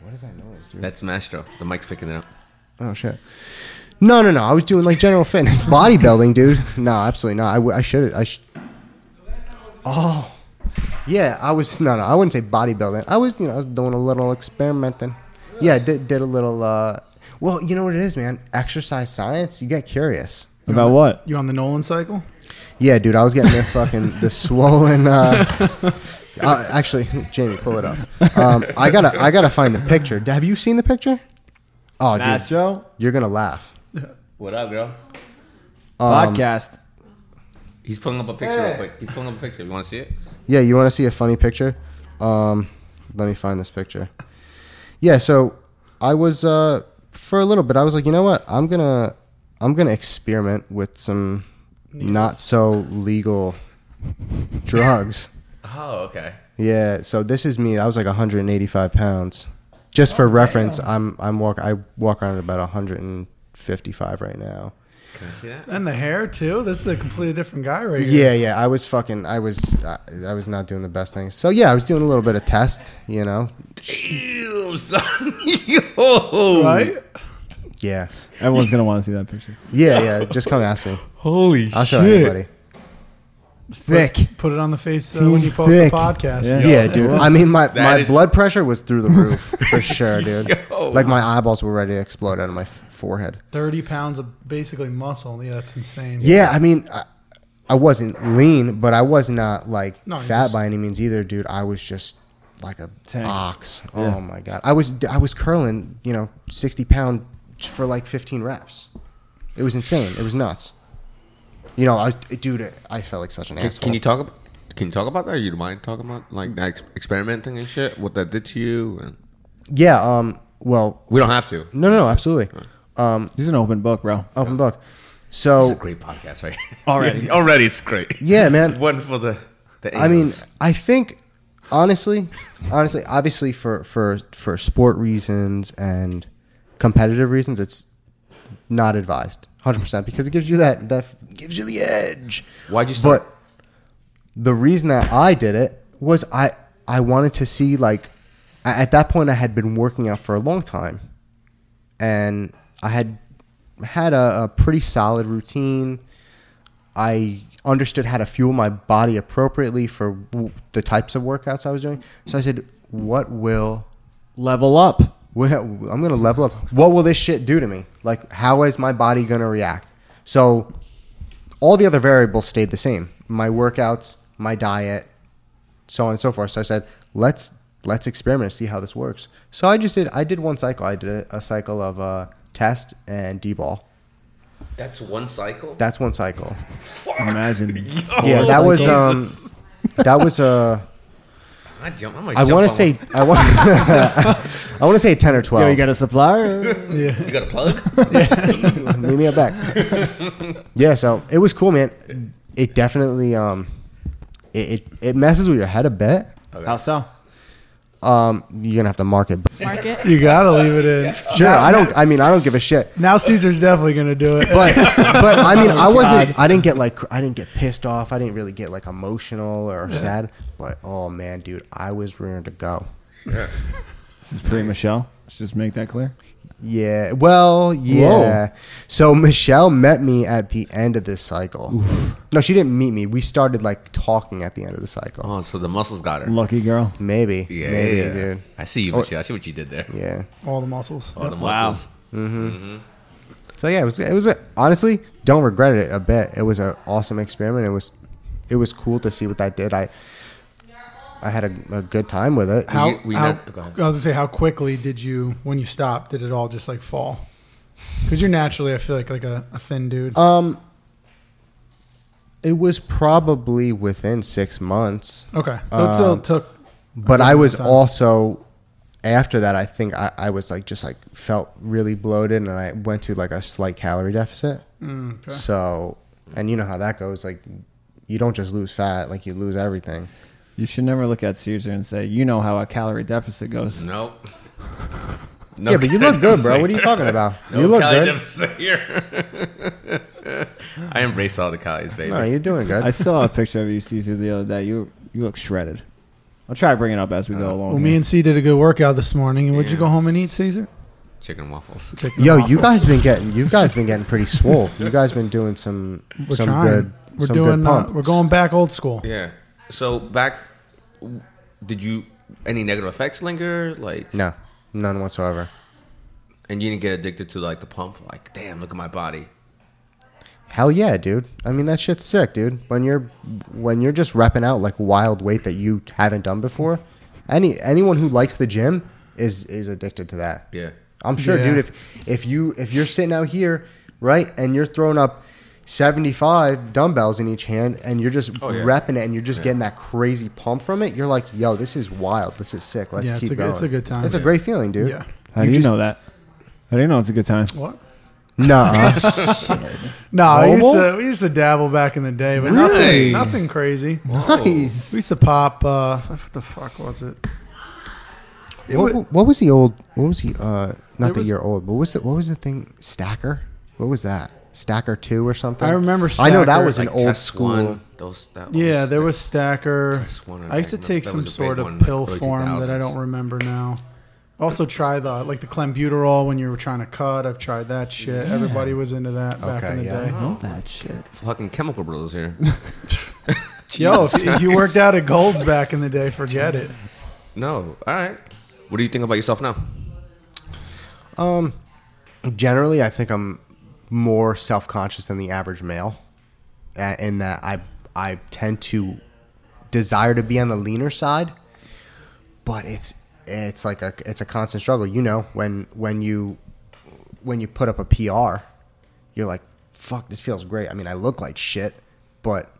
S1: what is that noise, dude?
S2: That's Mastro. The mic's picking it up.
S1: oh shit. No, no, no. I was doing like general fitness, bodybuilding, dude. No, absolutely not. I, w- I should. I sh- Oh, yeah. I was no, no. I wouldn't say bodybuilding. I was, you know, I was doing a little experimenting. Yeah, I did did a little. uh Well, you know what it is, man. Exercise science. You get curious.
S4: About what?
S3: you on the Nolan cycle?
S1: Yeah, dude, I was getting the fucking the swollen. Uh, uh, actually, Jamie, pull it up. Um, I gotta, I gotta find the picture. Have you seen the picture? Oh, dude,
S4: Astro
S1: you're gonna laugh.
S2: What up, girl?
S1: Um,
S4: podcast.
S2: He's pulling up a picture real quick. He's pulling up a picture. You want to see it?
S1: Yeah, you want to see a funny picture? Um, let me find this picture. Yeah, so I was uh, for a little bit. I was like, you know what? I'm gonna I'm gonna experiment with some not so legal drugs.
S2: Oh, okay.
S1: Yeah, so this is me. I was like 185 pounds. Just for reference, I'm I'm walk I walk around at about 155 right now.
S2: Can I see that?
S3: And the hair too. This is a completely different guy right here.
S1: Yeah, yeah. I was fucking. I was. I, I was not doing the best things. So yeah, I was doing a little bit of test. You know.
S2: Ew, son. Yo.
S3: Right?
S1: Yeah.
S4: Everyone's gonna want to see that picture.
S1: Yeah, yeah. Just come ask me.
S4: Holy
S1: I'll show anybody.
S4: Thick.
S3: Put it on the face uh, when you post
S4: Thick.
S3: the podcast.
S4: Yeah.
S1: Yeah, dude. I mean, my my
S2: is-
S1: blood pressure was through the roof for sure, dude.
S2: Yo.
S1: Like my eyeballs were ready to explode out of my f- forehead.
S3: Thirty pounds of basically muscle. Yeah, that's insane.
S1: Yeah, I mean, I, I wasn't lean, but I was not like
S3: No, you
S1: fat
S3: just-
S1: by any means either, dude. I was just like a
S4: Tank.
S1: ox.
S4: Yeah.
S1: Oh my god, I was I was curling, you know, sixty pound for like fifteen reps. It was insane. It was nuts. You know, I dude, I felt like such an
S2: Can,
S1: asshole.
S2: can you talk? ab- Can you talk about that? You mind talking about like that ex- experimenting and shit? What that did to you? And
S1: Yeah. Um. Well,
S2: we don't have to.
S1: no, no, no, absolutely. Um.
S4: He's an open book, bro.
S1: Open book.
S2: It's a
S1: So
S2: great podcast, right?
S4: Already.
S2: already, it's great.
S1: yeah, man.
S2: It's wonderful. The, the
S1: I mean,
S2: angles.
S1: I think honestly, honestly, obviously for for for sport reasons and competitive reasons, it's not advised, hundred percent, because it gives you that that gives you the edge.
S2: Why'd you start?
S1: But the reason that I did it was I I wanted to see like a- at that point I had been working out for a long time, and I had had a, a pretty solid routine. I understood how to fuel my body appropriately for w- the types of workouts I was doing. So I said, "What will
S4: Level up.
S1: what, I'm going to level up. What will this shit do to me? Like, how is my body going to react? So, all the other variables stayed the same: my workouts, my diet, so on and so forth. So I said, let's let's experiment, see how this works. So I just did. I did one cycle. I did a, a cycle of uh, test and D ball.
S2: That's one cycle.
S1: That's one cycle.
S4: Imagine.
S1: yeah,
S2: Oh,
S1: that was um, that was Uh,
S2: I jump. I, might
S1: I
S2: jump
S1: want
S2: on
S1: to say I want I want to say ten or twelve.
S4: Yo, you got a supplier?
S2: one. you got a plug.
S1: Meet me up back. yeah, so it was cool, man. It definitely um, it it, it messes with your head a bit.
S4: How so?
S1: Um, you're gonna have to mark it.
S6: Market.
S3: You gotta leave it in.
S1: Sure, I don't. I mean, I don't give a shit.
S3: Now Caesar's definitely gonna do it.
S1: But but I mean,
S4: Oh,
S1: I wasn't. I didn't get like cr- I didn't get pissed off. I didn't really get like emotional or sad. But oh man, dude, I was rearing to go.
S4: This is pre Michelle. Let's just make that clear.
S1: Yeah. Well, yeah. So Michelle met me at the end of this cycle. No, she didn't meet me. We started like talking at the end of the cycle.
S2: Oh, so the muscles got her.
S4: Lucky girl.
S1: Maybe.
S2: Yeah,
S1: Maybe,
S2: yeah.
S1: dude.
S2: I see you, Michelle. I see what you did there.
S1: Yeah.
S3: All the muscles.
S2: Oh, the
S4: Wow.
S2: muscles.
S1: So yeah, it was it was a, honestly don't regret it a bit. It was an awesome experiment. It was it was cool to see what that did. I I had a, a good time with it.
S3: How,
S2: We- we
S3: how-
S2: not- go
S3: I
S2: ahead.
S3: was gonna say, how quickly did you, when you stopped, did it all just like fall? Because you're naturally, I feel like, like a, a thin dude.
S1: Um, it was probably within six months,
S3: okay, so it still took.
S1: um, but I was
S3: time.
S1: also after that. I think I, I was like just like felt really bloated, and I went to like a slight calorie deficit.
S3: Mm, okay.
S1: So and you know how that goes. Like you don't just lose fat, like you lose everything.
S4: You should never look at Caesar and say, you know how a calorie deficit goes.
S2: Nope.
S1: yeah, but you look good, bro. What are you talking about? you look
S2: Cali
S1: good.
S2: deficit here. I embrace all the Cali's, baby.
S1: No, you're doing good.
S4: I saw a picture of you, Caesar, the other day. You you look shredded. I'll try to bring it up as we go along.
S3: Well, me
S4: here.
S3: and C did a good workout this morning. And would you
S2: Yeah.
S3: go home and eat Caesar?
S2: Chicken and waffles.
S3: Chicken
S1: Yo,
S3: and
S1: you guys
S3: waffles.
S1: been getting you guys been getting pretty swole. You guys been doing some
S3: We're
S1: some
S3: trying.
S1: good
S3: we're
S1: some
S3: doing.
S1: good
S3: uh,
S1: pumps.
S3: we're going back old school.
S2: Yeah. So back, did you any negative effects linger? Like,
S1: No, none whatsoever.
S2: and you didn't get addicted to like the pump? Like, damn, look at my body.
S1: Hell yeah, dude. I mean that shit's sick, dude. When you're when you're just repping out like wild weight that you haven't done before, any anyone who likes the gym is is addicted to that.
S2: Yeah.
S1: I'm sure,
S3: Yeah.
S1: dude. If if you if you're sitting out here, right, and you're throwing up 75 dumbbells in each hand, and you're just
S2: Oh, yeah.
S1: repping it, and you're just getting that crazy pump from it, you're like, yo, this is wild. This is sick. Let's
S3: Yeah, it's
S1: keep
S3: a good-
S1: going.
S3: it's a good time.
S1: It's a great feeling, dude.
S3: Yeah.
S4: How do you
S1: just-
S4: know that? How do you know it's a good time?
S3: What?
S1: No.
S3: No, we used,
S1: Normal?
S3: to, we used to dabble back in the day, but
S2: Nice.
S3: nothing, nothing crazy.
S1: nice.
S3: We used to pop. Uh, what the fuck was it? It
S1: what,
S3: wa-
S1: what was the old? What was he? Uh, not that
S3: was-
S1: you're old, but what was the, what was the thing? Stacker. What was that? Stacker two or something.
S3: I remember
S1: I know that
S3: Stacker,
S1: was an old school.
S2: those, that
S3: Yeah,
S2: was-
S3: there was Stacker.
S2: Test one, I
S3: I used to
S2: think.
S3: take
S2: That
S3: some
S2: was a big
S3: sort
S2: one,
S3: of
S2: like
S3: pill
S2: early
S3: form that I
S2: 2000s.
S3: don't remember now. Also try the like the clenbuterol when you were trying to cut. I've tried that shit. Everybody was into that back
S1: Okay,
S3: in the
S1: yeah.
S3: day.
S4: Not that shit.
S2: fucking chemical brothers here.
S3: Yo, if, if you worked out at Gold's back in the day, forget it.
S2: no, all right. What do you think about yourself now?
S1: Um, generally, I think I'm more self-conscious than the average male, uh, in that I I tend to desire to be on the leaner side, but it's it's like a it's a constant struggle. You know, when when you when you put up a PR, you're like, fuck, this feels great. I mean, I look like shit, but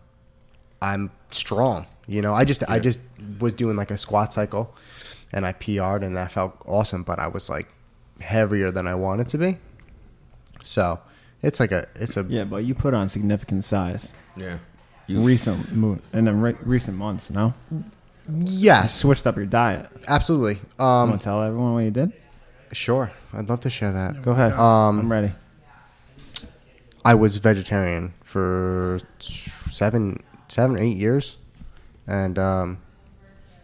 S1: I'm strong. You know, I just I just was doing like a squat cycle and I PR'd and that felt awesome, but I was like heavier than I wanted to be. So it's like a it's a
S4: Yeah, but you put on significant size
S2: Yeah.
S4: recent mo- in the re- recent months. No,
S1: yes,
S4: switched up your diet.
S1: absolutely.
S4: I'm
S1: Um
S4: gonna tell everyone what you did.
S1: sure. I'd love to share that.
S4: Go ahead.
S1: Um,
S4: I'm ready.
S1: I was vegetarian for seven seven eight years. And um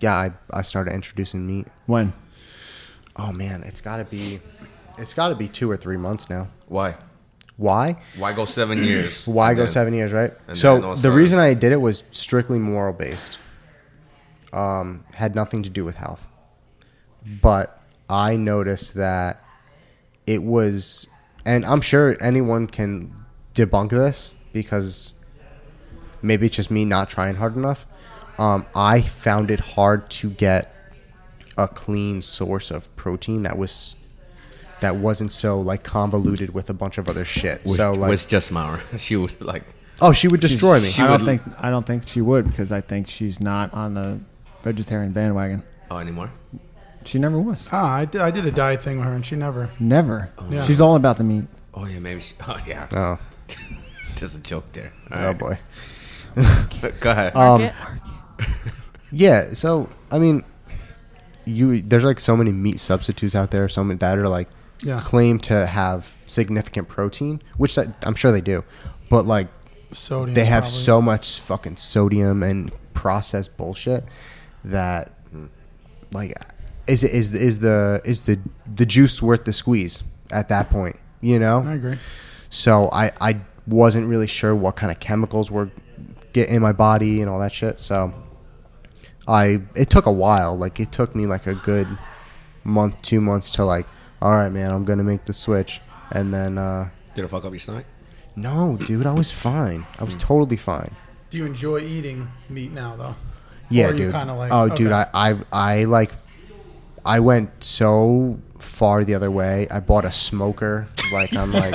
S1: yeah, I, I started introducing meat.
S4: When?
S1: Oh man, it's gotta be it's gotta be two or three months now.
S2: Why?
S1: Why?
S2: Why go seven years?
S1: Why
S2: And
S1: go
S2: then-
S1: seven years, right?
S2: and
S1: So
S2: then
S1: the
S2: also-
S1: reason I did it was strictly moral based. Um, had nothing to do with health. But I noticed that it was, and I'm sure anyone can debunk this because maybe it's just me not trying hard enough. Um, I found it hard to get a clean source of protein that was that wasn't so like convoluted with a bunch of other shit.
S2: Which,
S1: so like
S2: which just Maurer. She would like.
S1: Oh, she would destroy me.
S4: I don't
S2: would-
S4: think I don't think she would because I think she's not on the vegetarian bandwagon.
S2: Oh, anymore?
S4: She never was.
S3: Ah, I, did, I did a diet thing with her, and she never.
S4: Never.
S3: Yeah.
S4: She's all about the meat.
S2: Oh yeah, maybe. She, oh yeah.
S1: oh,
S2: There's a joke there. All
S1: oh
S2: right.
S1: boy.
S2: Go ahead.
S1: Um, yeah. So I mean, you there's like so many meat substitutes out there. So many that are like
S3: Yeah.
S1: claim to have significant protein, which that, I'm sure they do, but like
S3: Sodium.
S1: they have
S3: probably.
S1: so much fucking sodium and processed bullshit that like is it is is the is the the juice worth the squeeze at that point? You know.
S3: I agree.
S1: So I, I wasn't really sure what kind of chemicals were getting in my body and all that shit. So I it took a while. Like it took me like a good month, two months to like, all right, man, I'm gonna make the switch. And then uh,
S2: Did it fuck up your stomach?
S1: no, dude, I was fine. I
S3: Hmm.
S1: was totally fine.
S3: Do you enjoy eating meat now, though?
S1: Yeah,
S3: Or you
S1: dude.
S3: kinda like-
S1: oh, dude,
S3: okay.
S1: I, I I like I went so far the other way. I bought a smoker. Like I'm like,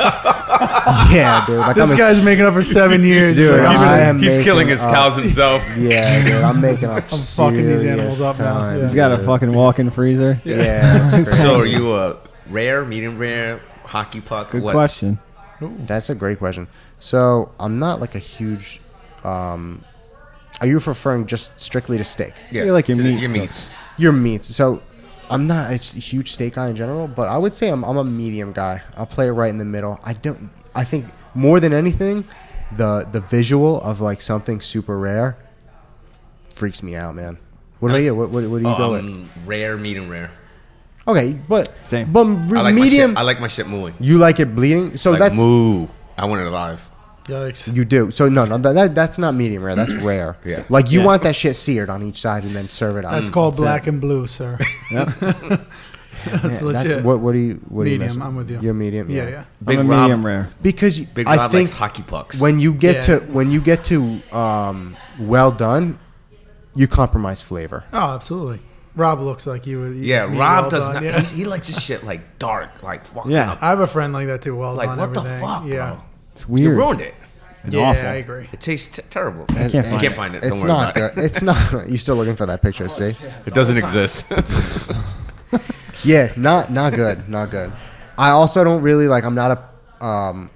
S1: yeah, dude. Like
S3: This
S1: I'm a-
S3: guy's making up for seven years.
S1: Dude,
S3: bro.
S1: I
S3: Even-
S1: am making up.
S2: himself.
S1: Yeah, dude, I'm making up. I'm fucking these animals up
S3: now.
S1: time,
S3: Yeah.
S4: He's got a
S1: dude.
S4: fucking walk-in freezer.
S1: Yeah, that's, crazy.
S2: so are you a rare, medium rare, hockey puck?
S4: Good
S2: what?
S4: question.
S1: that's a great question. So I'm not like a huge. Um, are you referring just strictly to steak?
S2: Yeah,
S4: You like your
S2: so
S4: meat
S2: Your
S4: cooked.
S2: meats.
S1: Your meats. So I'm not a huge steak guy in general, but I would say I'm, I'm a medium guy. I'll play it right in the middle. I don't. I think more than anything, the the visual of like something super rare freaks me out, man. What about you? What what, what do you go
S2: Oh,
S1: with?
S2: I'm rare, medium rare.
S1: Okay, but
S4: Same.
S1: But
S2: I like
S1: medium.
S2: My shit, I like my shit moving.
S1: You like it bleeding? So
S2: Like,
S1: that's
S2: moo. I want it alive.
S3: Yikes.
S1: you do. So no, no, that, that that's not medium rare. That's rare.
S2: Yeah.
S1: Like you
S4: Yeah.
S1: want that shit seared on each side and then serve it on.
S3: That's called black and blue, sir.
S4: Yep.
S3: That's legit.
S1: what what do you what do you
S3: Medium,
S1: mess with?
S3: I'm with you.
S1: You're medium.
S3: yeah,
S1: Yeah,
S3: yeah.
S2: Big
S4: I'm a
S2: Rob.
S4: medium rare.
S1: Because you,
S2: Big Rob
S1: I think
S2: likes hockey pucks.
S1: when you get to
S3: Yeah.
S1: when you get to um, well done, you compromise flavor.
S3: Oh, absolutely. Rob looks like he would. eat
S2: yeah,
S3: his meat
S2: Rob
S3: well
S2: does
S3: done,
S2: not.
S3: yeah.
S2: He, he likes his shit like dark, like fucking
S4: Yeah.
S2: up.
S3: I have a friend like that too. Well
S2: Like
S3: done.
S2: what the
S3: everything.
S2: fuck,
S3: Yeah.
S2: bro?
S4: It's weird.
S2: You ruined it.
S4: and
S3: yeah,
S4: awful.
S3: I agree.
S2: It tastes t- terrible.
S1: It-
S4: can't
S1: it's-
S4: find
S2: you can't find it. Don't
S1: It's
S2: worry
S1: not
S2: about
S1: good. It's not. You're still looking for that
S3: Oh,
S1: picture, see?
S2: it. It doesn't exist.
S1: Yeah, not not good, not good. I also don't really like. I'm not a um,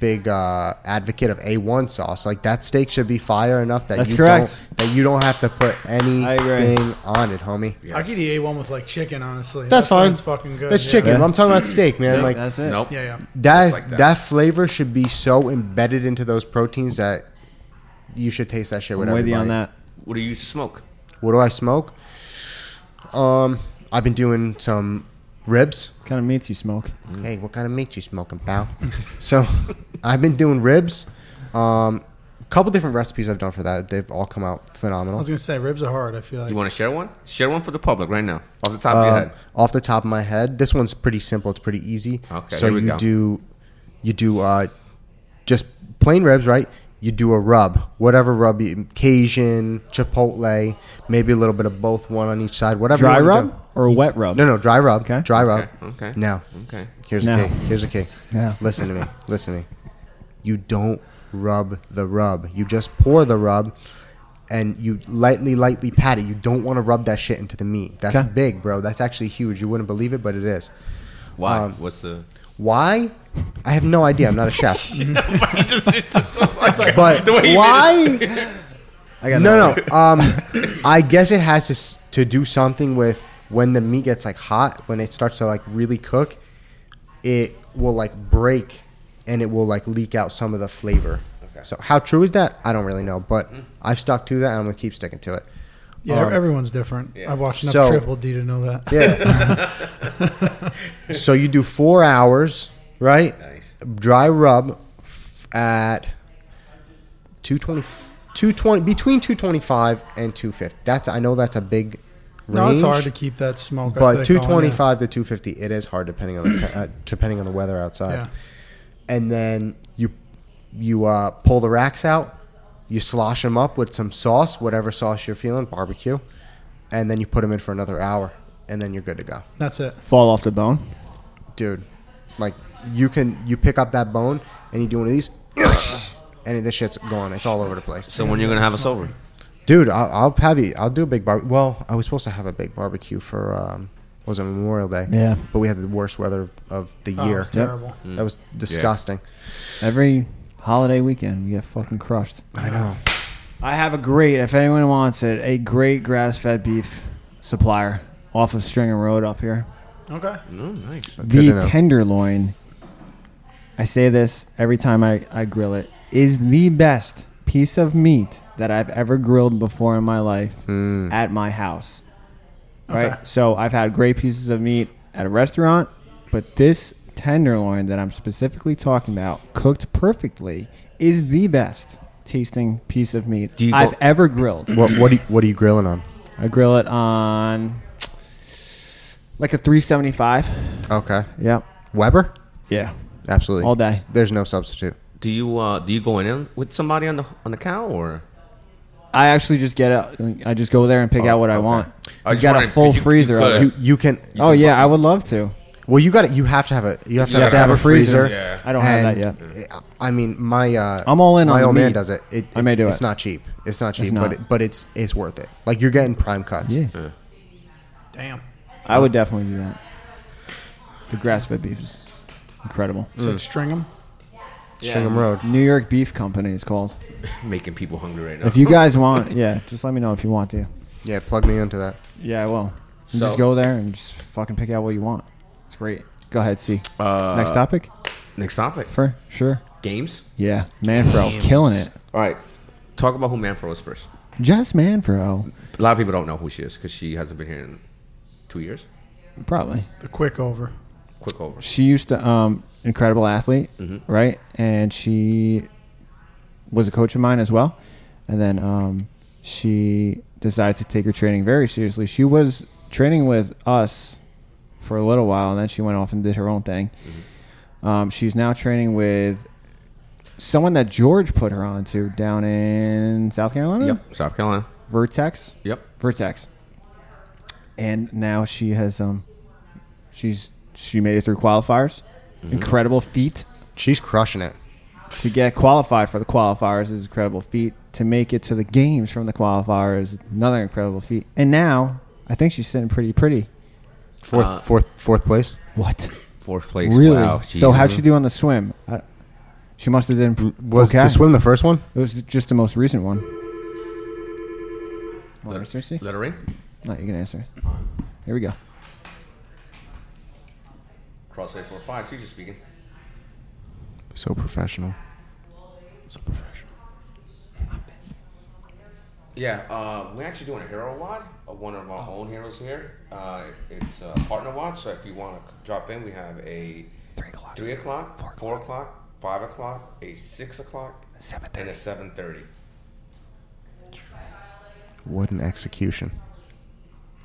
S1: big uh, advocate of A1 sauce. Like that steak should be fire enough that
S4: That's
S1: you
S4: correct.
S1: don't that you don't have to put
S4: agree.
S1: anything on it, homie.
S3: I could eat A1 with like chicken, honestly.
S1: That's, fine.
S3: It's fucking good.
S1: That's
S3: yeah.
S1: chicken.
S4: Yeah.
S1: I'm talking about steak, man.
S2: Yeah,
S1: like
S4: That's it.
S2: Nope.
S3: Yeah, yeah.
S1: that,
S2: Just like
S1: that
S2: that.
S1: flavor should be so embedded into those proteins that you should taste that shit with
S4: I'm with
S1: everybody.
S4: you on that.
S2: What do you use to smoke?
S1: What do I smoke? Um, I've been doing some ribs.
S4: Kind of meats you smoke.
S1: Hey, what kind of meat you smoking, pal? so, I've been doing ribs. Um, a couple different recipes I've done for that. They've all come out
S3: I
S1: phenomenal.
S3: was gonna say ribs are hard. I feel like
S2: You want to share one? Share one for the public right now, off the top of your
S1: Um,
S2: head.
S1: off the top of my head, this one's pretty simple. It's pretty easy.
S2: Okay,
S1: So
S2: here we
S1: you
S2: go.
S1: do, you do uh, just plain ribs, right? You do a rub, whatever rub, you, Cajun, Chipotle, maybe a little bit of both, one on each side, whatever.
S4: Dry
S1: you wanna
S4: rub or wet rub?
S1: do. No, no, dry rub.
S4: Okay.
S1: Dry rub.
S2: Okay. Okay.
S1: uh,
S2: Mm-hmm.
S1: Now,
S2: Okay.
S1: here's
S4: Now.
S1: a key. Here's a key.
S4: Now.
S1: Listen to me. Listen to me. You don't rub the rub. You just pour the rub. And you lightly, lightly pat it. You don't want to rub that shit into the meat. That's
S4: Okay.
S1: big, bro. That's actually huge. You wouldn't believe it, but it is.
S2: Why? What's the?
S1: Why? I have no idea. I'm not a chef.
S2: just, it's just- it's like-
S1: But
S2: the way he
S1: why?
S4: I got
S1: No, no. Um, I guess it has to s- to do something with when the meat gets like hot, when it starts to like really cook, it will like break, and it will like leak out some of the flavor. So how true is that? I don't really know, but I've stuck to that, and I'm gonna keep sticking to it.
S3: yeah,
S1: Um,
S3: everyone's different.
S2: yeah.
S3: I've watched enough
S1: So-
S3: Triple D to know that.
S1: Yeah. so you do four hours, right?
S2: did it. Nice.
S1: dry rub f- at 220, 220 between 225 and 250 that's i know that's a big range
S3: No, it's hard to keep that smoke. I
S1: but
S3: think, going, yeah.
S1: 225 to 250 it is hard depending on the te- uh, depending on the weather outside
S3: Yeah.
S1: and then you you uh, pull the racks out you slosh them up with some sauce whatever sauce you're feeling barbecue and then you put them in for another hour and then you're good to go
S3: That's it.
S4: Fall off the bone.
S1: dude, like you can you pick up that bone and you do one of these, and this shit's gone. It's all over the place.
S2: So when you're gonna have us over?
S1: Dude, I'll, I'll have you. I'll do a big bar. Well, I was supposed to have a big barbecue for um, what was it Memorial Day?
S4: Yeah.
S1: but we had the worst weather of the
S3: Oh,
S1: year.
S3: it's terrible.
S1: That was disgusting.
S4: Every holiday weekend, we get fucking crushed.
S1: I know.
S4: I have a great, if anyone wants it, a great grass fed beef supplier off of Stringer Road up here.
S3: Okay.
S2: No, Oh, nice.
S1: to
S4: The
S1: know.
S4: tenderloin, I say this every time I, I grill it, is the best piece of meat that I've ever grilled before in my life at my house.
S3: Okay.
S4: Right? So I've had great pieces of meat at a restaurant, but this tenderloin that I'm specifically talking about, cooked perfectly, is the best tasting piece of meat
S2: Do you go-
S4: I've ever grilled.
S1: What what are you, what are you grilling on?
S4: I grill it on like a 375.
S1: Okay,
S4: Yep.
S1: Weber.
S4: Yeah.
S1: Absolutely.
S4: All day.
S1: There's no substitute.
S2: Do you uh do you go in with somebody on the on the cow or?
S4: I actually just get it. I just go there and pick out what I
S2: Oh, okay.
S4: want.
S2: I
S4: He's
S2: just
S4: got a
S2: wanted-
S4: full
S2: you- you
S4: freezer.
S2: could.
S4: of it.
S1: You you can.
S4: oh yeah, I would love to.
S1: Well, you got to You have to have a. You have to,
S2: You
S1: have, to have a freezer.
S2: Yeah.
S4: I don't have that yet.
S1: yet. I mean, my uh,
S4: I'm all in
S1: My
S4: on the
S1: old man
S4: meat.
S1: does it. it it's,
S4: I may do
S1: It's
S4: it.
S1: not cheap. It's not cheap,
S4: not.
S1: but it, but it's it's worth it. Like you're getting prime cuts.
S4: Yeah,
S3: Damn.
S4: I would definitely do that. The grass-fed beef is incredible.
S3: It's
S1: Mm.
S3: like string them.
S1: Shingham Road.
S4: New York Beef Company is called.
S2: Making people hungry right now.
S4: If you guys want, yeah, just let me know if you want to.
S1: Yeah, plug me into that.
S4: Yeah, I will. You
S2: So-
S4: just go there and just fucking pick out what you want. It's great. Go ahead, see.
S2: uh,
S4: Next topic,
S2: Next topic.
S4: for sure.
S2: Games.
S4: Yeah, Manfro, killing it.
S2: All right. Talk about who Manfro is first.
S4: Jess Manfro,
S2: A lot of people don't know who she is because she hasn't been here in two years.
S4: probably.
S3: The quick over.
S2: Quick over.
S4: she used to um incredible athlete right and she was a coach of mine as well and then um she decided to take her training very seriously she was training with us for a little while and then she went off and did her own thing um, she's now training with someone that george put her on to down in south carolina
S2: Yep. South Carolina.
S4: vertex
S2: Yep.
S4: Vertex. And now she has um she's she made it through qualifiers.
S2: Mm-hmm.
S4: Incredible feat.
S1: She's crushing it.
S4: To get qualified for the qualifiers is an incredible feat. To make it to the games from the qualifiers is another incredible feat. And now I think she's sitting pretty pretty.
S1: Fourth
S2: Uh,
S1: fourth fourth place.
S4: What?
S2: fourth place.
S4: Really?
S2: Wow,
S4: so how'd
S2: Jesus. Mm,
S4: she do on the swim? I, she must have done. pr-
S1: Was
S4: okay.
S1: the swim the first one?
S4: It was just the most recent one. Want her, Cersei?
S2: Let her in.
S4: No, you can answer. Here we go.
S2: Crosshair four five. She's just speaking.
S1: So professional.
S2: Yeah, uh, we're actually doing a hero wad of one of
S4: Oh.
S2: our own heroes here. Uh, it's a partner watch, so if you want to drop in, we have a three o'clock, three o'clock, four, o'clock, five o'clock, a six o'clock, and a seven thirty.
S1: What an execution.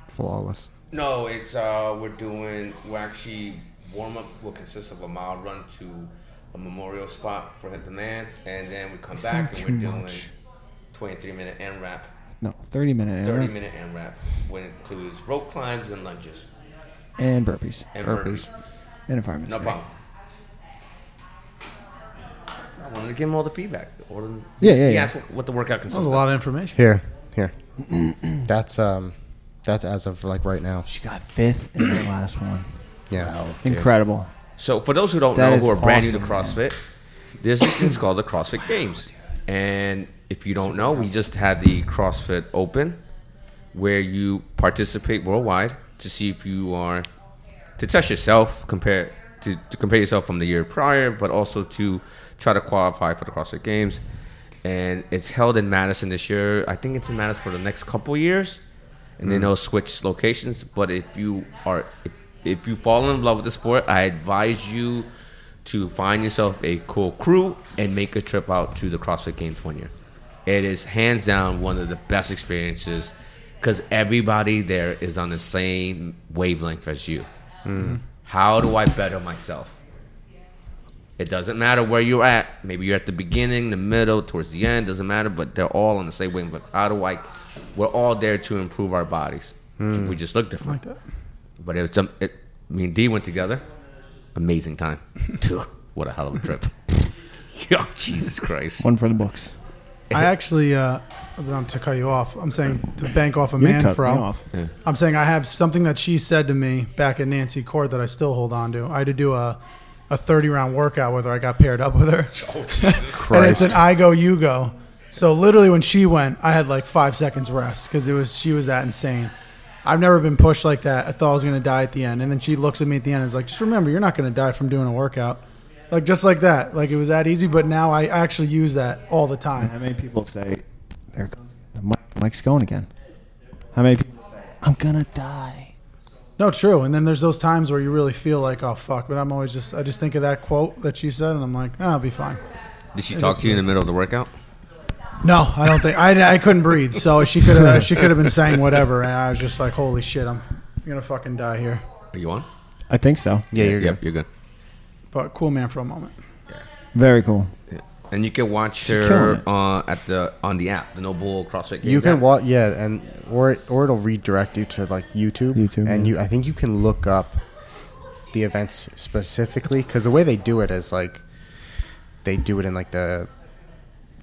S1: Flawless.
S2: No, it's uh, we're doing. We're actually warm up. Will consist of a mile run to a memorial spot for the man, and then we come back and we're doing twenty three minute end wrap,
S4: No, 30 minute
S2: thirty
S4: and,
S2: minute end wrap, when it includes rope climbs and lunges
S4: and burpees
S2: and burpees.
S1: Burpees.
S4: and environments.
S2: No problem. I wanted to give him all the feedback. All the,
S4: Yeah, yeah,
S2: He
S4: yeah.
S2: asked what, what the workout
S3: That
S2: consists
S3: was a
S2: of.
S3: lot of information.
S1: Here, here. that's um, that's as of like right now.
S4: She got fifth in the last one.
S1: Yeah.
S2: Oh,
S1: dude.
S4: Incredible.
S2: So, for those who don't
S4: That
S2: know,
S4: is
S2: who are brand new to
S4: awesome,
S2: CrossFit, there's these things called the CrossFit Games. And if you don't know, we just had the CrossFit Open, where you participate worldwide to see if you are to test yourself, compare to, to compare yourself from the year prior, but also to try to qualify for the CrossFit Games. And it's held in Madison this year. I think it's in Madison for the next couple years, and then they'll switch locations. But if you are if, if you fall in love with the sport, I advise you to find yourself a cool crew and make a trip out to the CrossFit Games one year. It is hands down one of the best experiences because everybody there is on the same wavelength as you. How do I better myself? It doesn't matter where you're at. Maybe you're at the beginning, the middle, towards the end. Doesn't matter. But they're all on the same wavelength. How do I? We're all there to improve our bodies. We just look different.
S3: that.
S2: But it was some. It, me and D went together. Amazing time. Dude, what a hell of a trip. Yo, Jesus Christ.
S4: One for the books.
S3: I actually, uh, I'm not to cut you off. I'm saying to bank off a
S4: You
S3: man
S4: cut
S3: fro.
S4: me off.
S3: I'm saying I have something that she said to me back at Nancy Court that I still hold on to. I had to do a, a 30 round workout with her. I got paired up with her.
S2: Oh Jesus.
S3: And it's an
S1: Christ.
S3: I go, you go. So literally, when she went, I had like five seconds rest because it was she was that insane. I've never been pushed like that. I thought I was gonna die at the end, and then she looks at me at the end and is like, "Just remember, you're not gonna die from doing a workout." Like just like that. Like it was that easy. But now I actually use that all the
S4: How
S3: time.
S4: many people say, there goes the mic, Mike's going again? How many people say, I'm going to die?
S3: No, true. And then there's those times where you really feel like, "Oh fuck," but I'm always just I just think of that quote that she said, and I'm like, "Ah, I'll be fine."
S2: Did she talk to you in the middle of the workout?
S3: No, I don't think I, I couldn't breathe. So she could have she could have been saying whatever, and I was just like, "Holy shit, I'm gonna fucking die here."
S2: Are you on?
S4: I think so.
S1: Yeah, you're
S2: Yep, you're good.
S3: But cool man for a moment.
S4: Very cool.
S2: And you can watch
S4: killing
S2: her
S4: it.
S2: uh, at the on the app, the No Bull CrossFit. Games
S1: You can
S2: app.
S1: watch, yeah, and or or it'll redirect you to like YouTube,
S4: YouTube,
S1: and
S4: yeah.
S1: you. I think you can look up the events specifically because the way they do it is like they do it in like the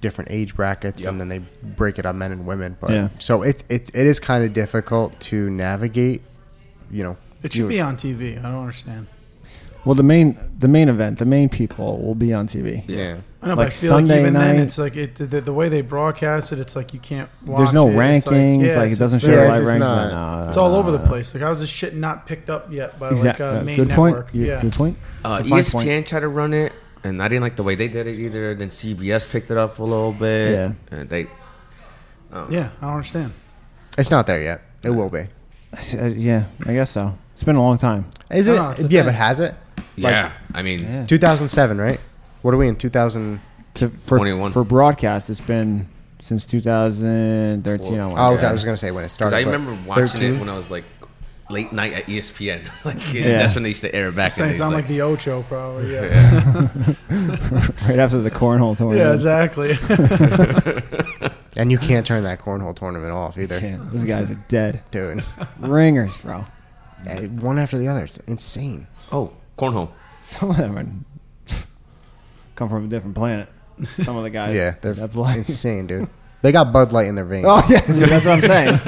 S1: different age brackets, and
S2: Yep.
S1: then they break it up men and women. But
S4: Yeah.
S1: so it it, it is kind of difficult to navigate. You know,
S3: It
S1: you-
S3: should be on TV. I don't understand.
S4: Well, the main the main event, the main people will be on TV.
S1: Yeah,
S3: I know, but I
S4: Like
S3: feel
S4: Sunday
S3: like even then,
S4: night-
S3: it's like it, the, the way they broadcast it. It's like you can't. Watch
S4: There's no
S3: it. It's
S4: rankings.
S3: yeah,
S4: like, it
S3: it's
S4: doesn't
S3: just
S4: show
S1: yeah,
S4: the
S3: very-
S1: it's
S4: live
S1: just
S4: rankings.
S1: not-
S4: No, no,
S3: It's all
S4: no,
S3: over
S4: no,
S3: the
S4: no.
S3: place. Like how is this shit not picked up yet by
S4: Exactly.
S3: like uh, main
S4: Good
S3: network?
S4: point. Your-
S3: yeah.
S4: Good point.
S2: Uh,
S4: It's a fine
S2: ESPN
S4: point.
S2: tried to run it, and I didn't like the way they did it either. Then CBS picked it up a little bit.
S4: Yeah.
S2: and they
S3: Yeah, I don't understand.
S1: it's not there yet. It will be.
S4: I see- uh, yeah, I guess so. It's been a long time.
S1: Is
S3: No,
S1: it?
S3: no, it's a
S1: yeah,
S3: thing.
S1: but has it?
S2: yeah. I mean,
S4: Yeah.
S1: 2007, right? What are we in 2000?
S4: To, for
S2: 21.
S4: for broadcast, it's been since 2013. I
S2: Well,
S4: wanna
S1: Oh,
S4: say.
S1: okay. I was gonna say when it started.
S2: 'cause I
S1: but
S2: remember watching
S1: 13?
S2: it when I was like late night at E ESPN. like
S4: Yeah.
S2: that's when they used to air back. in
S3: Saying
S2: the
S3: it's
S2: days,
S3: on like,
S2: like-
S3: the Ocho, probably. Yeah, yeah,
S2: Yeah.
S4: right after the cornhole tournament.
S3: exactly.
S1: and you can't turn that cornhole tournament off either,
S4: Can't. Those guys are dead.
S1: dude.
S4: Ringers, bro.
S1: Yeah, one after the other. It's insane.
S2: oh, cornhole.
S4: Some of them are come from a different planet. Some of the guys.
S1: yeah, they're
S4: that play.
S1: insane, dude. They got Bud Light in their veins.
S4: Oh yeah, see, that's what I'm saying.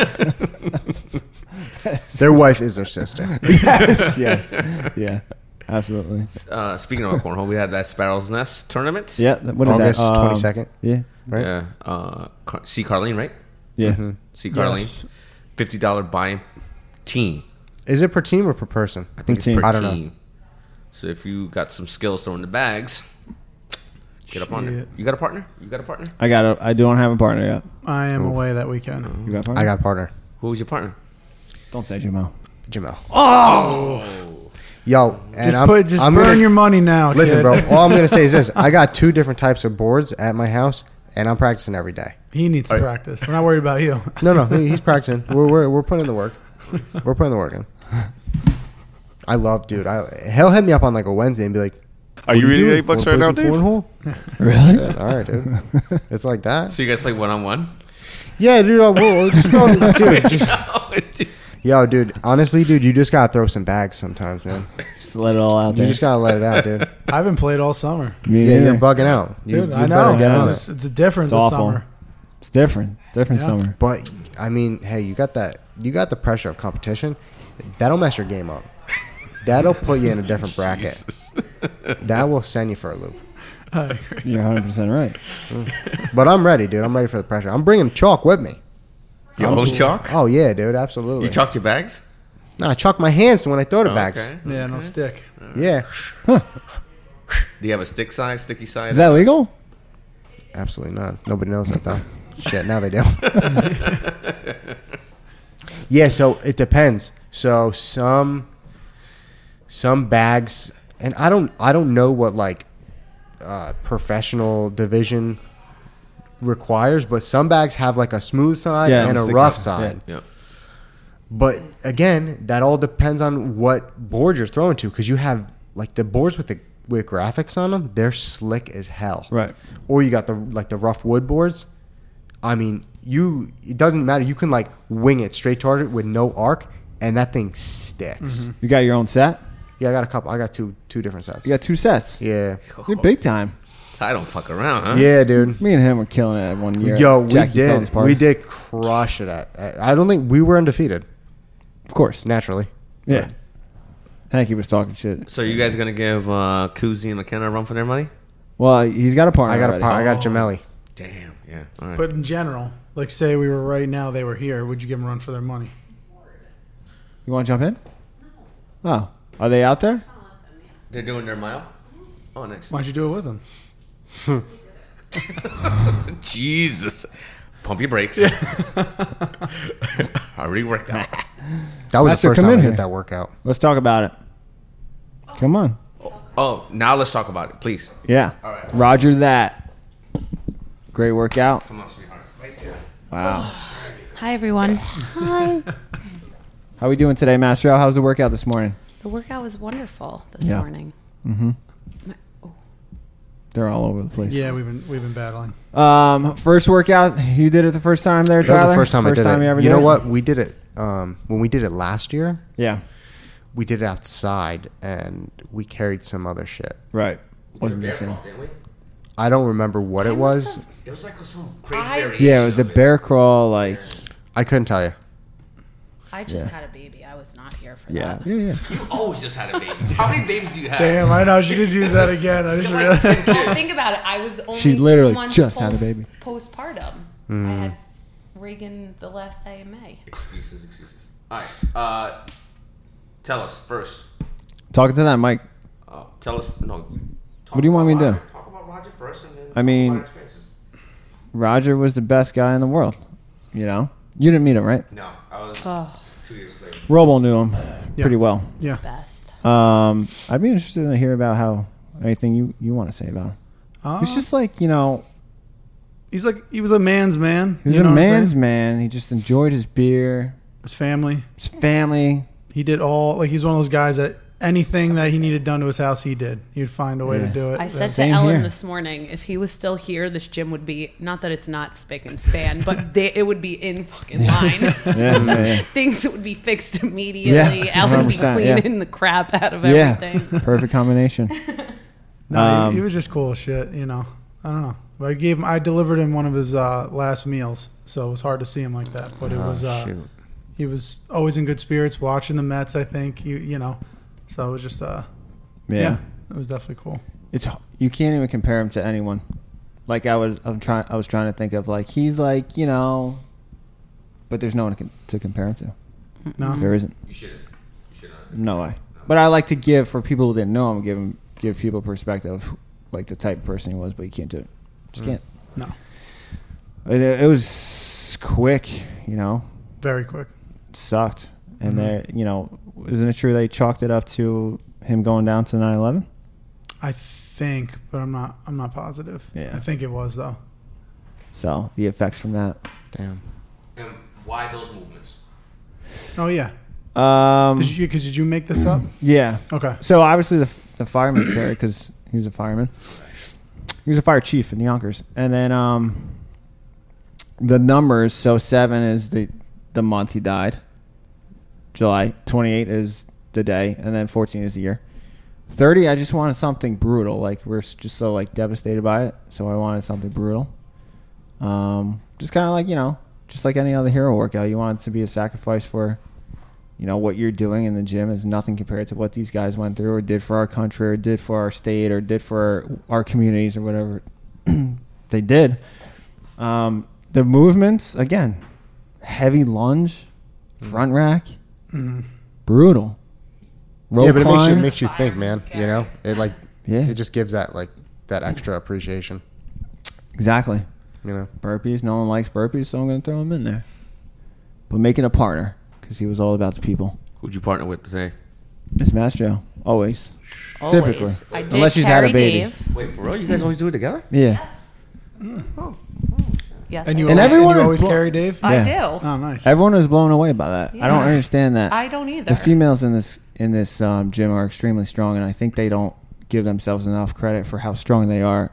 S1: Their wife is their sister.
S4: yes, yes, yeah. absolutely.
S2: Uh, speaking of cornhole, we had that Sparrow's Nest tournament.
S4: Yeah. th- What is
S1: August
S4: that? Um,
S1: 22nd.
S4: Yeah.
S1: right?
S2: Yeah. Uh, Car- see Carlene, right?
S4: Yeah.
S1: Mm-hmm.
S2: See Carlene.
S3: Yes.
S2: Fifty dollar buy-in team.
S1: Is it per team or per person?
S2: I think it's
S4: Team.
S2: per
S1: I don't know.
S2: team. So if you got some skills throwing the bags, get up on there.
S3: Shit.
S2: You got a partner? You got a partner?
S4: I got. A, I don't have a partner yet.
S3: I am away that weekend.
S4: You got a partner?
S1: I got a partner,
S2: Who was your partner?
S4: Don't say Jamal.
S1: Jamel. Oh, yo, and
S3: Oh! just
S1: I'm,
S3: put, just
S1: I'm
S3: burn
S1: gonna,
S3: your money now.
S1: Listen,
S3: kid.
S1: bro. All I'm gonna say is this: I got two different types of boards at my house, and I'm practicing every day.
S3: He needs to practice. We're not worried about you.
S1: No, no, he- he's practicing. We're we're, we're putting in the work. We're putting the work in. I love, dude. I he'll hit me up on like a Wednesday and be like,
S6: Are you
S1: "What
S6: reading
S1: doing?
S6: eight bucks right
S1: Wanna
S6: now,
S1: play
S6: Dave?
S1: some cornhole?"
S4: Really?
S1: Yeah, all right, dude. It's like that.
S2: So you guys play one on one?
S1: Yeah, dude. I will. Just throw, dude, just, yo, dude. Honestly, dude, you just gotta throw some bags sometimes, man.
S4: Just let it all out
S1: You
S4: there.
S1: just gotta let it out, dude.
S3: I haven't played all summer.
S4: Me
S1: Yeah, you're
S4: neither.
S1: bugging out. You,
S3: Dude,
S1: you
S3: I
S1: better
S3: know.
S1: get on
S3: It's,
S1: it.
S3: it's a difference
S4: It's
S3: this
S4: awful.
S3: summer.
S4: It's different. Different
S3: Yeah.
S4: summer.
S1: But I mean, hey, you got that. You got the pressure of competition. That'll mess your game up. That'll put you in a different bracket. That will send you for a loop.
S4: You're 100 percent right.
S1: But I'm ready, dude. I'm ready for the pressure. I'm bringing chalk with me.
S2: Your
S1: I'm-
S2: own chalk?
S1: Oh yeah, dude. Absolutely.
S2: You chalk your bags? Oh,
S1: no, I chalk my hands when I throw the bags.
S2: Okay.
S3: Yeah, no stick.
S1: Yeah.
S2: Do you have a stick side, sticky side?
S4: Is that legal?
S1: Absolutely not. Nobody knows that though. Shit, now they do. yeah, so it depends. So some some bags and I don't I don't know what like uh, professional division requires, but some bags have like a smooth side
S4: Yeah,
S1: and a
S4: stick
S1: rough
S4: side, yeah.
S1: side.
S2: yeah.
S1: But again, that all depends on what board you're throwing to because you have like the boards with the with graphics on them, they're slick as hell
S4: Right.
S1: or you got the like the rough wood boards. I mean, you it doesn't matter. You can like wing it straight toward it with no arc, and that thing sticks.
S4: You got your own set.
S1: Yeah, I got a couple. I got two two different sets.
S4: You got two sets.
S1: Yeah,
S4: You're big time.
S2: I don't fuck around, huh?
S1: yeah, dude.
S4: Me and him were killing it one year.
S1: Yo,
S4: at
S1: we
S4: Jackie Felton's
S1: did
S4: party.
S1: we did crush it at. I I don't think we were undefeated
S4: Of course.
S1: naturally.
S4: Yeah. Hanky was talking shit.
S2: So you guys gonna give uh, Kuzi and McKenna a run for their money?
S4: Well, he's got a partner.
S1: I got a
S4: already.
S1: par- I got Jamelli.
S2: Damn. Yeah. All right.
S3: But in general, like say we were right now, they were here. Would you give them a run for their money?
S4: You want to jump in? Oh, are they out there?
S2: They're doing their mile. Oh, next.
S3: Why don't you do it with them?
S2: Jesus. Pump your brakes. I already worked out.
S1: That was
S4: Master,
S1: the first time
S4: come
S1: I
S4: in
S1: did
S4: here.
S1: that workout.
S4: Let's talk about it. Come on.
S2: Oh, now let's talk about it, please.
S4: Yeah.
S2: All right.
S4: Roger that. Great workout.
S2: Come on, sweetheart. Right there.
S4: Wow.
S7: Hi everyone. Hi.
S4: How we doing today, Master? Al? How's the workout this morning?
S7: The workout was wonderful this
S4: Yeah.
S7: morning.
S4: They're all over the place.
S3: Yeah, we've been we've been battling.
S4: Um, first workout you did it the first time there,
S1: That
S4: Tyler.
S1: was the first time I did
S4: time
S1: it.
S4: You, ever
S1: you
S4: did
S1: know
S4: it?
S1: what? We did it um, when we did it last year.
S4: Yeah.
S1: We did it outside, and we carried some other shit.
S4: Right.
S2: It
S4: Wasn't the
S2: was
S4: same.
S2: barefoot, didn't we?
S1: I don't remember what it
S7: must
S1: was.
S7: have-
S2: It was like some crazy
S7: I-
S2: variation.
S4: Yeah, it was a
S2: of
S4: bear crawl. Like.
S1: I couldn't tell you.
S7: I just
S4: Yeah.
S7: had a baby. I was not here for
S4: Yeah.
S7: that.
S4: Yeah. Yeah.
S2: You always just had a baby. How many babies do you have?
S3: Damn, I know. She just used that again. I just
S2: You're like
S3: realized.
S2: 10
S7: Well,
S2: kids.
S7: think about it. I was only
S4: She
S7: two
S4: literally
S7: months
S4: just had a baby. Mm.
S7: Postpartum. I had Reagan the last day of May.
S2: excuses, excuses. All right. Uh, tell us first.
S4: Talking to that mic.
S2: Uh, tell us. No.
S4: What do you want me to do?
S2: Talk about Roger first, and then
S4: I mean- Roger was the best guy in the world. You know. You didn't meet him, right?
S2: no, I was
S7: Oh,
S2: two years later.
S4: Robo knew him pretty well.
S3: Yeah.
S7: best.
S4: Um, I'd be interested to hear about how anything you you want to say about him.
S3: Uh,
S4: It's just like you know,
S3: he's like he was a man's man.
S4: he was
S3: you know
S4: a
S3: what I'm
S4: man's
S3: saying?
S4: man. He just enjoyed his beer,
S3: His family.
S4: his family.
S3: He did all like he's one of those guys that anything that he needed done to his house, he did. He'd find a way
S4: Yeah.
S3: to do it.
S7: I said to
S4: Same
S7: Ellen
S4: here.
S7: this morning, if he was still here, this gym would be not that it's not spick and span, but they, it would be in fucking line.
S4: Yeah, yeah,
S7: Things would be fixed immediately.
S4: Yeah,
S7: Ellen would be
S4: 100%, yeah.
S7: cleaning the crap out of
S4: yeah.
S7: everything.
S4: yeah. Perfect combination.
S3: No,
S4: Um,
S3: he, he was just cool as shit, you know. I don't know. But I gave him I delivered him one of his uh, last meals, so it was hard to see him like that.
S4: Oh,
S3: But it was uh,
S1: shoot.
S3: he was always in good spirits watching the Mets, I think. You you know. So it was just uh
S4: Yeah.
S3: it was definitely cool.
S4: It's you can't even compare him to anyone. Like I was, I'm trying. I was trying to think of like he's like you know, but there's no one to, to compare him to.
S3: No,
S4: There isn't.
S2: You should. You should not.
S4: No way. But I like to give for people who didn't know him, give 'em- give people perspective, like the type of person he was. But you can't do it.
S3: Mm.
S4: Just can't.
S3: no,
S4: It, it was quick, you know.
S3: very quick.
S4: sucked.
S3: Mm-hmm.
S4: And they, you know, isn't it true they chalked it up to him going down to 9/11?
S3: I think, but I'm not. I'm not positive.
S4: Yeah.
S3: I think it was though.
S4: So the effects from that.
S1: Damn.
S2: And why those movements?
S3: Oh yeah,
S4: Um,
S3: did you? Because did you make this up?
S4: yeah.
S3: Okay,
S4: So obviously the the fireman's there because he was a fireman. He was a fire chief in Yonkers, and then um, the numbers. So seven is the the month he died. July twenty eight is the day, and then fourteen is the year. Thirty, I just wanted something brutal. Like we're s- just so like devastated by it, so I wanted something brutal. Um, just kind of like you know, just like any other hero workout, you want it to be a sacrifice for you know what you're doing in the gym is nothing compared to what these guys went through or did for our country or did for our state or did for our, our communities or whatever they did um, the movements again heavy lunge
S1: Mm-hmm.
S4: front rack brutal rope
S1: yeah, but it makes you
S4: climb.
S1: it makes you think, man. You know, it like
S4: Yeah.
S1: it just gives that like that extra appreciation.
S4: exactly
S1: You know,
S4: burpees no one likes burpees so i'm going to throw them in there but making a partner because he was all about the people
S2: Who'd you partner with today?
S4: miss Mastro, always
S7: Always.
S4: Typically.
S7: I did
S4: Unless she's had a
S7: carry
S4: baby.
S7: Dave.
S2: Wait, for real? You guys always do it together?
S4: yeah
S7: Yes,
S3: and you
S7: I,
S4: And
S3: always,
S4: everyone
S3: and
S4: Uh,
S3: you
S4: is
S3: always
S4: blo-
S3: carry Dave.
S7: I
S4: Yeah.
S7: do.
S3: Oh, nice.
S4: everyone was blown away by that i don't
S7: Yeah.
S4: understand that
S7: I don't either.
S4: The females in this in this um, gym are extremely strong, and I think they don't give themselves enough credit for how strong they are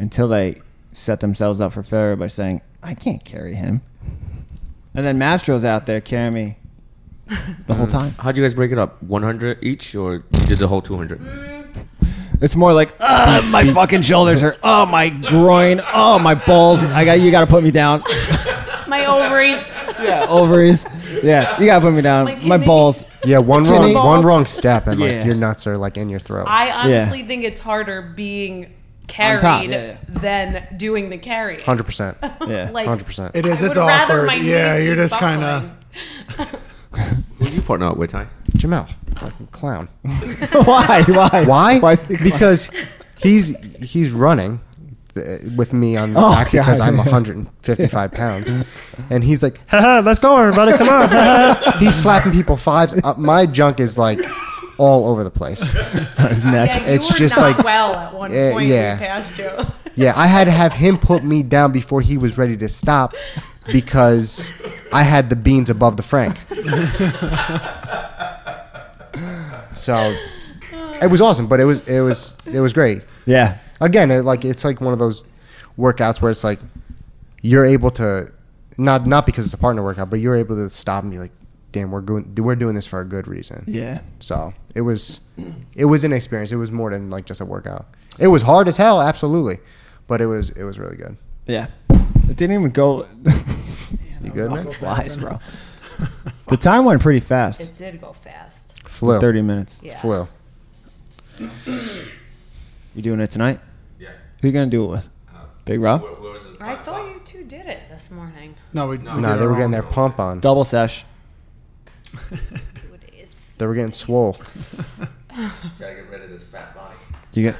S4: until they set themselves up for failure by saying, "I can't carry him," and then Mastro's out there carrying me the whole time.
S2: How'd you guys break it up? 100 each, or you did the whole 200?
S7: Mm.
S4: It's more like, "Ah, my fucking shoulders hurt. Oh, my groin. Oh, my balls. I got you. Got to put me down.
S7: My ovaries.
S4: Yeah, ovaries. Yeah, you got to put me down.
S7: Like, you
S4: my
S7: make-
S4: balls.
S1: yeah, one
S4: Can
S1: wrong
S4: he-
S1: one wrong step and
S4: Yeah.
S1: like your nuts are like in your throat.
S7: I honestly think it's harder being carried
S4: top, yeah,
S7: than doing the carrying.
S1: Hundred percent,
S4: Yeah.
S7: Like,
S1: hundred percent.
S3: it is.
S7: I
S3: It's
S7: would rather
S3: awkward.
S7: my
S3: Yeah,
S7: knees
S3: you're
S7: be
S3: just kind of.
S7: buckling.
S2: Who'd you partner up with, Ty?
S1: Jamel, fucking clown.
S4: Why? Why?
S1: Why?
S4: is he crying?
S1: Because he's he's running th- with me on the
S4: Oh,
S1: back because
S4: God.
S1: I'm 155 pounds, and he's like
S6: Let's go, everybody. Come on.
S1: he's slapping people fives. Uh, my junk is like all over the place.
S4: his neck.
S7: Yeah, you
S1: It's
S7: were
S1: just
S7: not
S1: like-
S7: well at one
S1: Yeah,
S7: point.
S1: yeah.
S7: Yeah, passed you.
S1: Yeah, I had to have him put me down before he was ready to stop because I had the beans above the Frank. so it was awesome, but it was it was it was great.
S4: Yeah.
S1: Again, it, like it's like one of those workouts where it's like you're able to not not because it's a partner workout, but you're able to stop and be like, "Damn, we're going we're doing this for a good reason."
S4: Yeah.
S1: So it was, it was an experience. It was more than like just a workout. It was hard as hell, absolutely, but it was it was really good.
S4: Yeah. It didn't even go.
S1: You good, man?
S4: Flies, bro. The time went pretty fast.
S7: It did go fast.
S1: Flew,
S4: Thirty minutes.
S7: Yeah.
S1: flew.
S4: You doing it tonight?
S2: Yeah.
S4: Who you gonna do it with?
S1: Uh,
S4: Big Rob.
S7: I thought you two did it this morning.
S3: No, we. No,
S1: No, they were getting their pump on.
S4: Double sesh.
S7: Two days.
S1: They were getting swole.
S2: Gotta get rid of this fat body.
S4: You get.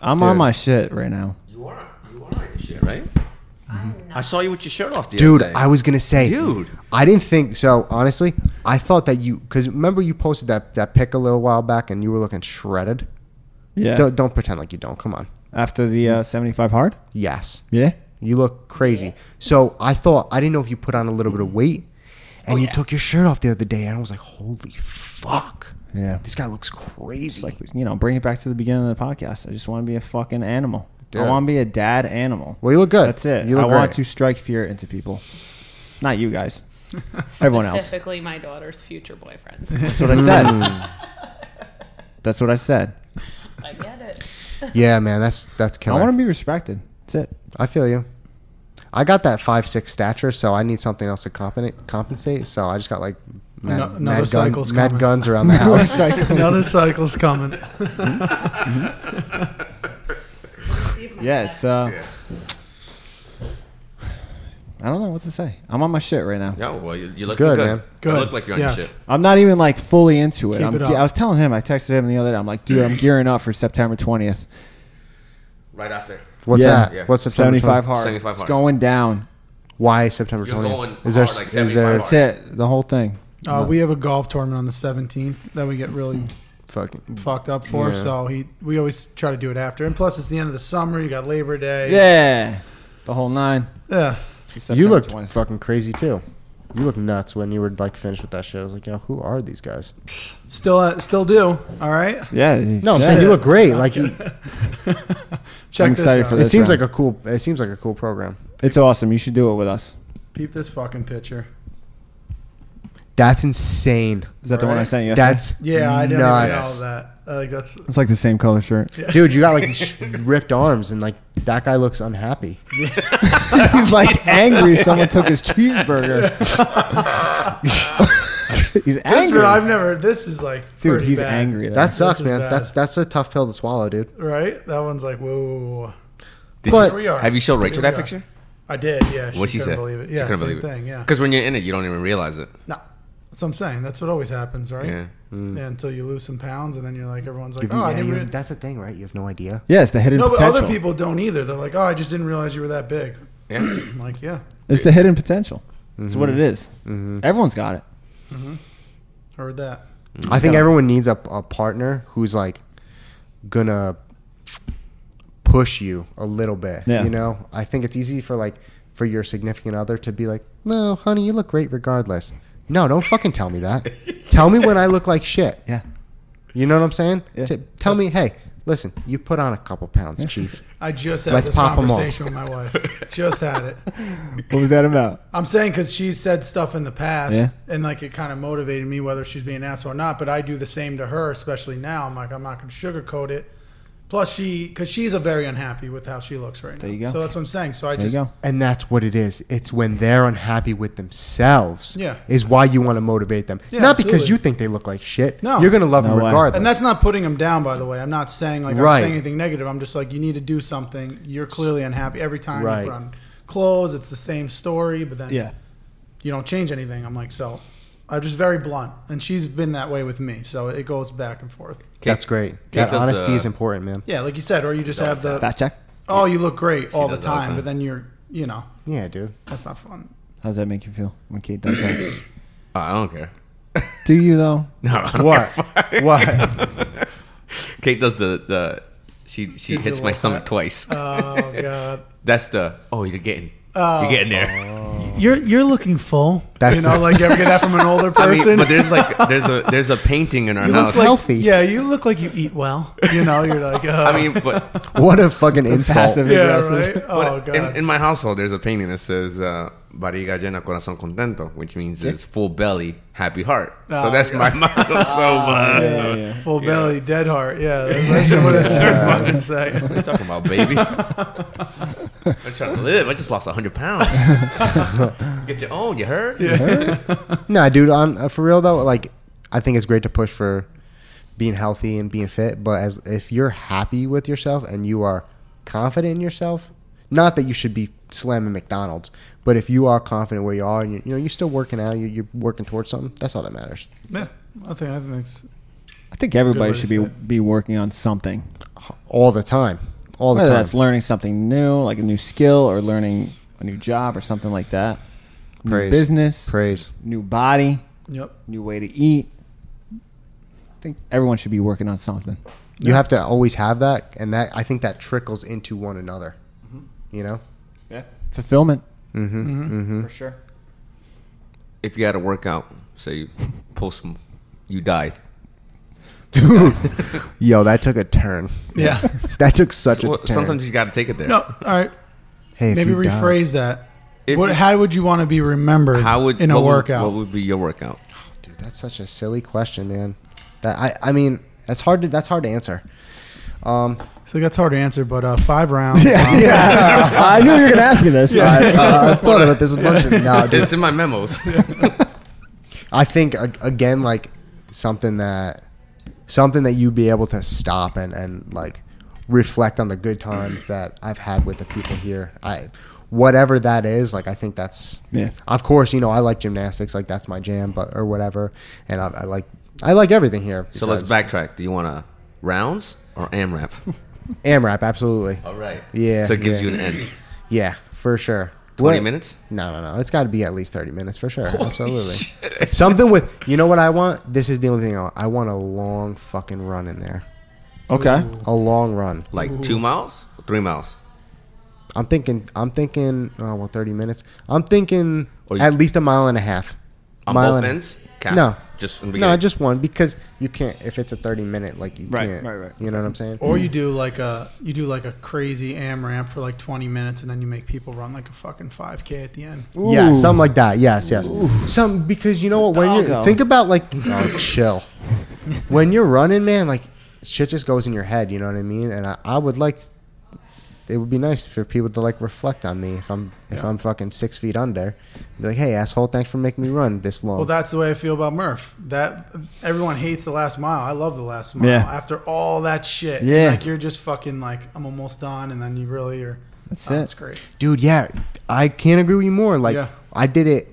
S4: I'm on
S1: Dude.
S4: my shit right now.
S2: You are. You are your shit, right?
S3: Mm-hmm.
S7: I'm
S2: I
S7: not.
S2: saw you with your shirt off the
S1: Dude,
S2: other day.
S1: I was gonna say,
S2: Dude.
S1: I didn't think so. Honestly, I thought that you because remember you posted that that pic a little while back and you were looking shredded.
S4: Yeah.
S1: Don't don't pretend like you don't. Come on.
S4: After the uh, 75 hard.
S1: Yes,
S4: Yeah.
S1: you look crazy. So I thought I didn't know if you put on a little bit of weight, and you took your shirt off the other day, and I was like, holy fuck.
S4: Yeah.
S1: This guy looks crazy.
S4: You know, bring it back to the beginning of the podcast. I just want to be a fucking animal.
S1: Dude.
S4: I want to be a dad animal.
S1: well, you look good.
S4: That's it.
S1: You
S4: I
S1: look
S4: want to
S1: great.
S4: strike fear into people. Not you guys. Everyone else.
S7: Specifically, my daughter's future boyfriends.
S4: That's what I
S1: Mm.
S4: said. That's what I said.
S7: I get it.
S1: Yeah, man, that's that's
S4: I
S1: killer. I,
S4: want to be respected. That's it.
S1: feel you. I got that five six stature, so I need something else to compensate. Compensate. So I just got like Mad,
S3: Ano- another
S1: mad,
S3: cycle's
S1: gun, mad
S3: coming.
S1: guns around the
S3: Another
S1: house.
S3: cycle. Another cycle's coming.
S2: Mm-hmm.
S3: Mm-hmm.
S4: Yeah, it's uh, I don't know what to say. I'm on my shit right now.
S2: No, well, you, you look
S1: Good,
S2: good,
S1: man.
S3: Good.
S2: You look like you're on
S3: Yes.
S2: your shit.
S4: I'm not even like fully into it.
S3: Keep
S4: I'm,
S3: it up.
S4: I was telling him, I texted him the other day. I'm like, dude, I'm gearing up for September 20th.
S2: Right after.
S1: What's
S4: Yeah.
S1: that?
S2: Yeah.
S1: What's September 25?
S4: 75 hard.
S2: 75
S4: It's
S2: hard.
S4: going down.
S1: Why September
S2: You're
S1: 20th?
S2: going hard, like
S1: is
S2: 75
S1: there
S2: hard.
S4: That's it. The whole thing.
S3: Uh, we have a golf tournament on the 17th that we get really
S1: fucking
S3: fucked up for.
S1: Yeah.
S3: So he, we always try to do it after. And plus, it's the end of the summer. You got Labor Day.
S4: Yeah. The whole nine.
S3: Yeah.
S1: You looked
S4: September 20th.
S1: fucking crazy too. You looked nuts when you were like finished with that shit. I was like, yo, who are these guys?
S3: Still, uh, still do. All right.
S4: Yeah.
S1: No, I'm
S4: shit.
S1: saying you look great. Like you,
S3: Check
S4: I'm
S3: this
S4: excited
S3: out.
S4: for
S1: it
S4: this
S1: seems
S4: round.
S1: like a cool. It seems like a cool program.
S4: It's awesome. You should do it with us.
S3: Peep this fucking picture.
S1: That's insane.
S4: Is that the one I
S3: Right.
S4: sent you?
S1: That's
S3: Yeah, I didn't even know
S1: nuts,
S3: that. I think that's
S4: It's like the same color shirt.
S1: dude. You got like sh- ripped arms and like that guy looks unhappy.
S4: He's like angry someone took his cheeseburger. he's
S3: This
S4: angry.
S3: is- I've never. This is like
S4: Dude,
S3: pretty
S4: he's
S3: bad,
S4: angry. though.
S1: That sucks,
S3: is
S1: man.
S3: bad.
S1: That's that's a tough pill to swallow, dude.
S3: right? That one's like whoa. whoa, whoa, whoa.
S2: Did
S1: But-
S2: you,
S3: Here we are.
S2: Have you showed Rachel
S3: Here
S2: that
S3: we are.
S2: picture?
S3: I did. Yeah. She
S2: What'd she
S3: couldn't
S2: say?
S3: believe it.
S2: She
S3: Yeah.
S2: couldn't
S3: same
S2: believe it.
S3: thing. Yeah.
S2: Because when you're in it, you don't even realize it.
S3: No. That's what I'm saying. That's what always happens, right?
S2: Yeah.
S4: Mm.
S3: Yeah, until you lose some pounds, and then you're like, everyone's like,
S1: Dude,
S3: "Oh, I
S1: yeah,
S3: didn't."
S1: you-
S3: Re-.
S1: that's the thing, right? You have no idea.
S4: yeah, it's the hidden
S3: No, but
S4: potential.
S3: other people don't either. They're like, "Oh, I just didn't realize you were that big."
S2: Yeah.
S3: I'm like, "Yeah,
S4: It's the hidden potential. It's what it is. Everyone's got it.
S3: heard that."
S1: I think
S4: gotta-
S1: everyone needs a, a partner who's like gonna push you a little bit.
S4: Yeah.
S1: You know, I think it's easy for like for your significant other to be like, "No, honey, you look great regardless." No, don't fucking tell me that. tell me when I look like shit.
S4: Yeah.
S1: You know what I'm saying?
S4: Yeah.
S1: T- tell me, hey, listen, you put on a couple pounds, chief.
S3: I just had
S1: Let's
S3: this
S1: pop 'em off.
S3: conversation with my wife. Just had it.
S4: What was that about?
S3: I'm saying because she said stuff in the past,
S4: Yeah.
S3: and like it kind of motivated me whether she's being an asshole or not. But I do the same to her, especially now. I'm like, I'm not going to sugarcoat it. Plus, she because she's a very unhappy with how she looks right
S4: There
S3: now.
S4: you go.
S3: So that's what I'm saying. So I
S4: There you
S3: just
S4: go.
S1: And that's what it is. It's when they're unhappy with themselves.
S3: Yeah.
S1: Is why you want to motivate them.
S3: Yeah,
S1: Not because
S3: absolutely.
S1: you think they look like shit.
S3: No.
S1: You're gonna love
S4: No
S1: them
S4: way.
S1: regardless.
S3: and that's not putting them down, by the way. I'm not saying like
S1: Right.
S3: I'm saying anything negative. I'm just like you need to do something. You're clearly unhappy every time
S1: Right.
S3: you put on clothes. It's the same story, but then
S4: Yeah.
S3: you don't change anything. I'm like, so I'm just very blunt, and she's been that way with me. So it goes back and forth.
S1: That's great.
S2: Kate
S1: that
S2: does
S1: honesty
S2: the-
S1: is important, man.
S3: Yeah, like you said, or you just have the
S4: Fact check.
S3: oh, you look great all the
S2: does all the
S3: time,
S2: time.
S3: but then you're, you know,
S1: Yeah, dude.
S3: that's not fun.
S4: How does that make you feel when Kate does that?
S2: Oh, I don't care.
S4: Do you though?
S2: No, I don't
S1: What?
S2: care.
S1: What?
S2: Kate does the the. She she
S3: Gives you
S2: hits
S3: a
S2: my
S3: little
S2: stomach
S3: fat.
S2: twice.
S3: Oh god,
S2: That's the. Oh, you're getting.
S3: Oh.
S2: You're getting there.
S3: you're you're looking full.
S1: That's-
S3: you know, like you ever get that from an older
S2: I mean,
S3: person?
S2: but there's like there's a there's a painting in our
S1: You
S2: house.
S1: look healthy.
S3: yeah, you look like you eat well. You know, you're like, uh,
S2: I mean, but
S1: What a fucking insult.
S4: passive-
S3: yeah,
S4: aggressive.
S3: right. Oh
S2: But
S3: god,
S2: In, in my household, there's a painting that says uh, "barriga llena, corazón contento," which means it's full belly, happy heart. so
S3: Ah,
S2: that's my motto. So, uh,
S4: Yeah, yeah.
S3: full belly, dead heart. Yeah, that's what it's fucking
S2: what
S3: say.
S2: are you talking about, baby? I'm trying to live. I just lost 100 pounds. Get your own. You heard? Yeah.
S1: Nah, dude. On uh, for real though, like I think it's great to push for being healthy and being fit. But as if you're happy with yourself and you are confident in yourself, not that you should be slamming McDonald's, but if you are confident where you are and you, you know you're still working out, you're, you're working towards something. That's all that matters.
S3: Yeah, I think I think it's
S4: I think everybody
S3: way to
S4: should be
S3: say it.
S4: be working on something.
S1: All the time. All the
S4: Whether
S1: time.
S4: that's learning something new, like a new skill, or learning a new job or something like that. New
S1: Praise.
S4: business,
S1: Praise.
S4: new body,
S3: yep.
S4: new way to eat. I think everyone should be working on something.
S1: You have to always have that, and that I think that trickles into one another. You know.
S4: Yeah. Fulfillment.
S1: Mm-hmm.
S4: For sure.
S2: If you had to work out, say you post, you died.
S1: Dude, yo, that took a turn.
S3: Yeah.
S1: That took such
S2: Well,
S1: a turn.
S2: sometimes you got to take it there.
S3: No. All right.
S1: hey, if
S3: Maybe
S1: you die-
S3: rephrase that.
S2: If-
S3: what, how would you want to be remembered
S2: How would
S3: in a
S2: what would-
S3: workout?
S2: what would be your workout?
S1: Dude, that's such a silly question, man. That I, I mean, that's hard. To, that's hard to answer. Um,
S3: so that's hard to answer, but uh, five rounds. um,
S4: Yeah. I knew you were going to ask me this.
S1: uh, I, uh, I've thought about this a bunch. Of, no, dude.
S2: It's in my memos.
S1: I think ag- again, like something that something that you'd be able to stop and and like reflect on the good times that I've had with the people here. I whatever that is, like I think that's
S4: Yeah.
S1: Of course, you know I like gymnastics, like that's my jam, but or whatever, and I, I like I like everything here.
S2: So let's
S1: besides
S2: backtrack. Do you want to rounds or AMRAP?
S1: AMRAP, absolutely.
S2: All right.
S1: Yeah,
S2: So it gives
S1: yeah.
S2: you an end.
S1: Yeah, for sure.
S2: 20
S1: What-
S2: minutes?
S1: No, no, no. It's got to be at least 30 minutes for sure. Absolutely. Something with, you know what I want? This is the only thing I want. I want a long fucking run in there.
S4: Okay.
S1: A long run.
S2: Like two miles, three miles.
S1: I'm thinking, I'm thinking, oh, well, 30 minutes. I'm thinking
S2: Or Oh, you-
S1: at least a mile and a half.
S2: On
S1: Mile
S2: both
S1: and-
S2: ends? Cap.
S1: No.
S2: Just in the
S1: No,
S2: beginning.
S1: just one because you can't, if it's a 30 minute, like you
S4: Right,
S1: can't.
S4: right, right.
S1: You know what I'm saying?
S3: Or you do like a you do like a crazy am ramp for like 20 minutes, and then you make people run like a fucking 5k at the end.
S1: Yeah, something like that. Yes, yes. Some because you know what? When you
S4: Doggo.
S1: think about like, oh, chill. when you're running, man, like shit just goes in your head. You know what I mean? And I, I would like. It would be nice for people to like reflect on me if I'm if I'm fucking six feet under. Be like, hey asshole, thanks for making me run this long.
S3: Well, that's the way I feel about Murph. That everyone hates the last mile. I love the last mile.
S4: Yeah.
S3: After all that shit,
S4: Yeah.
S3: like you're just fucking like I'm almost done, and then you really are.
S4: That's
S3: oh,
S4: it.
S3: That's great.
S1: dude yeah i can't agree with you more like
S3: Yeah.
S1: i did it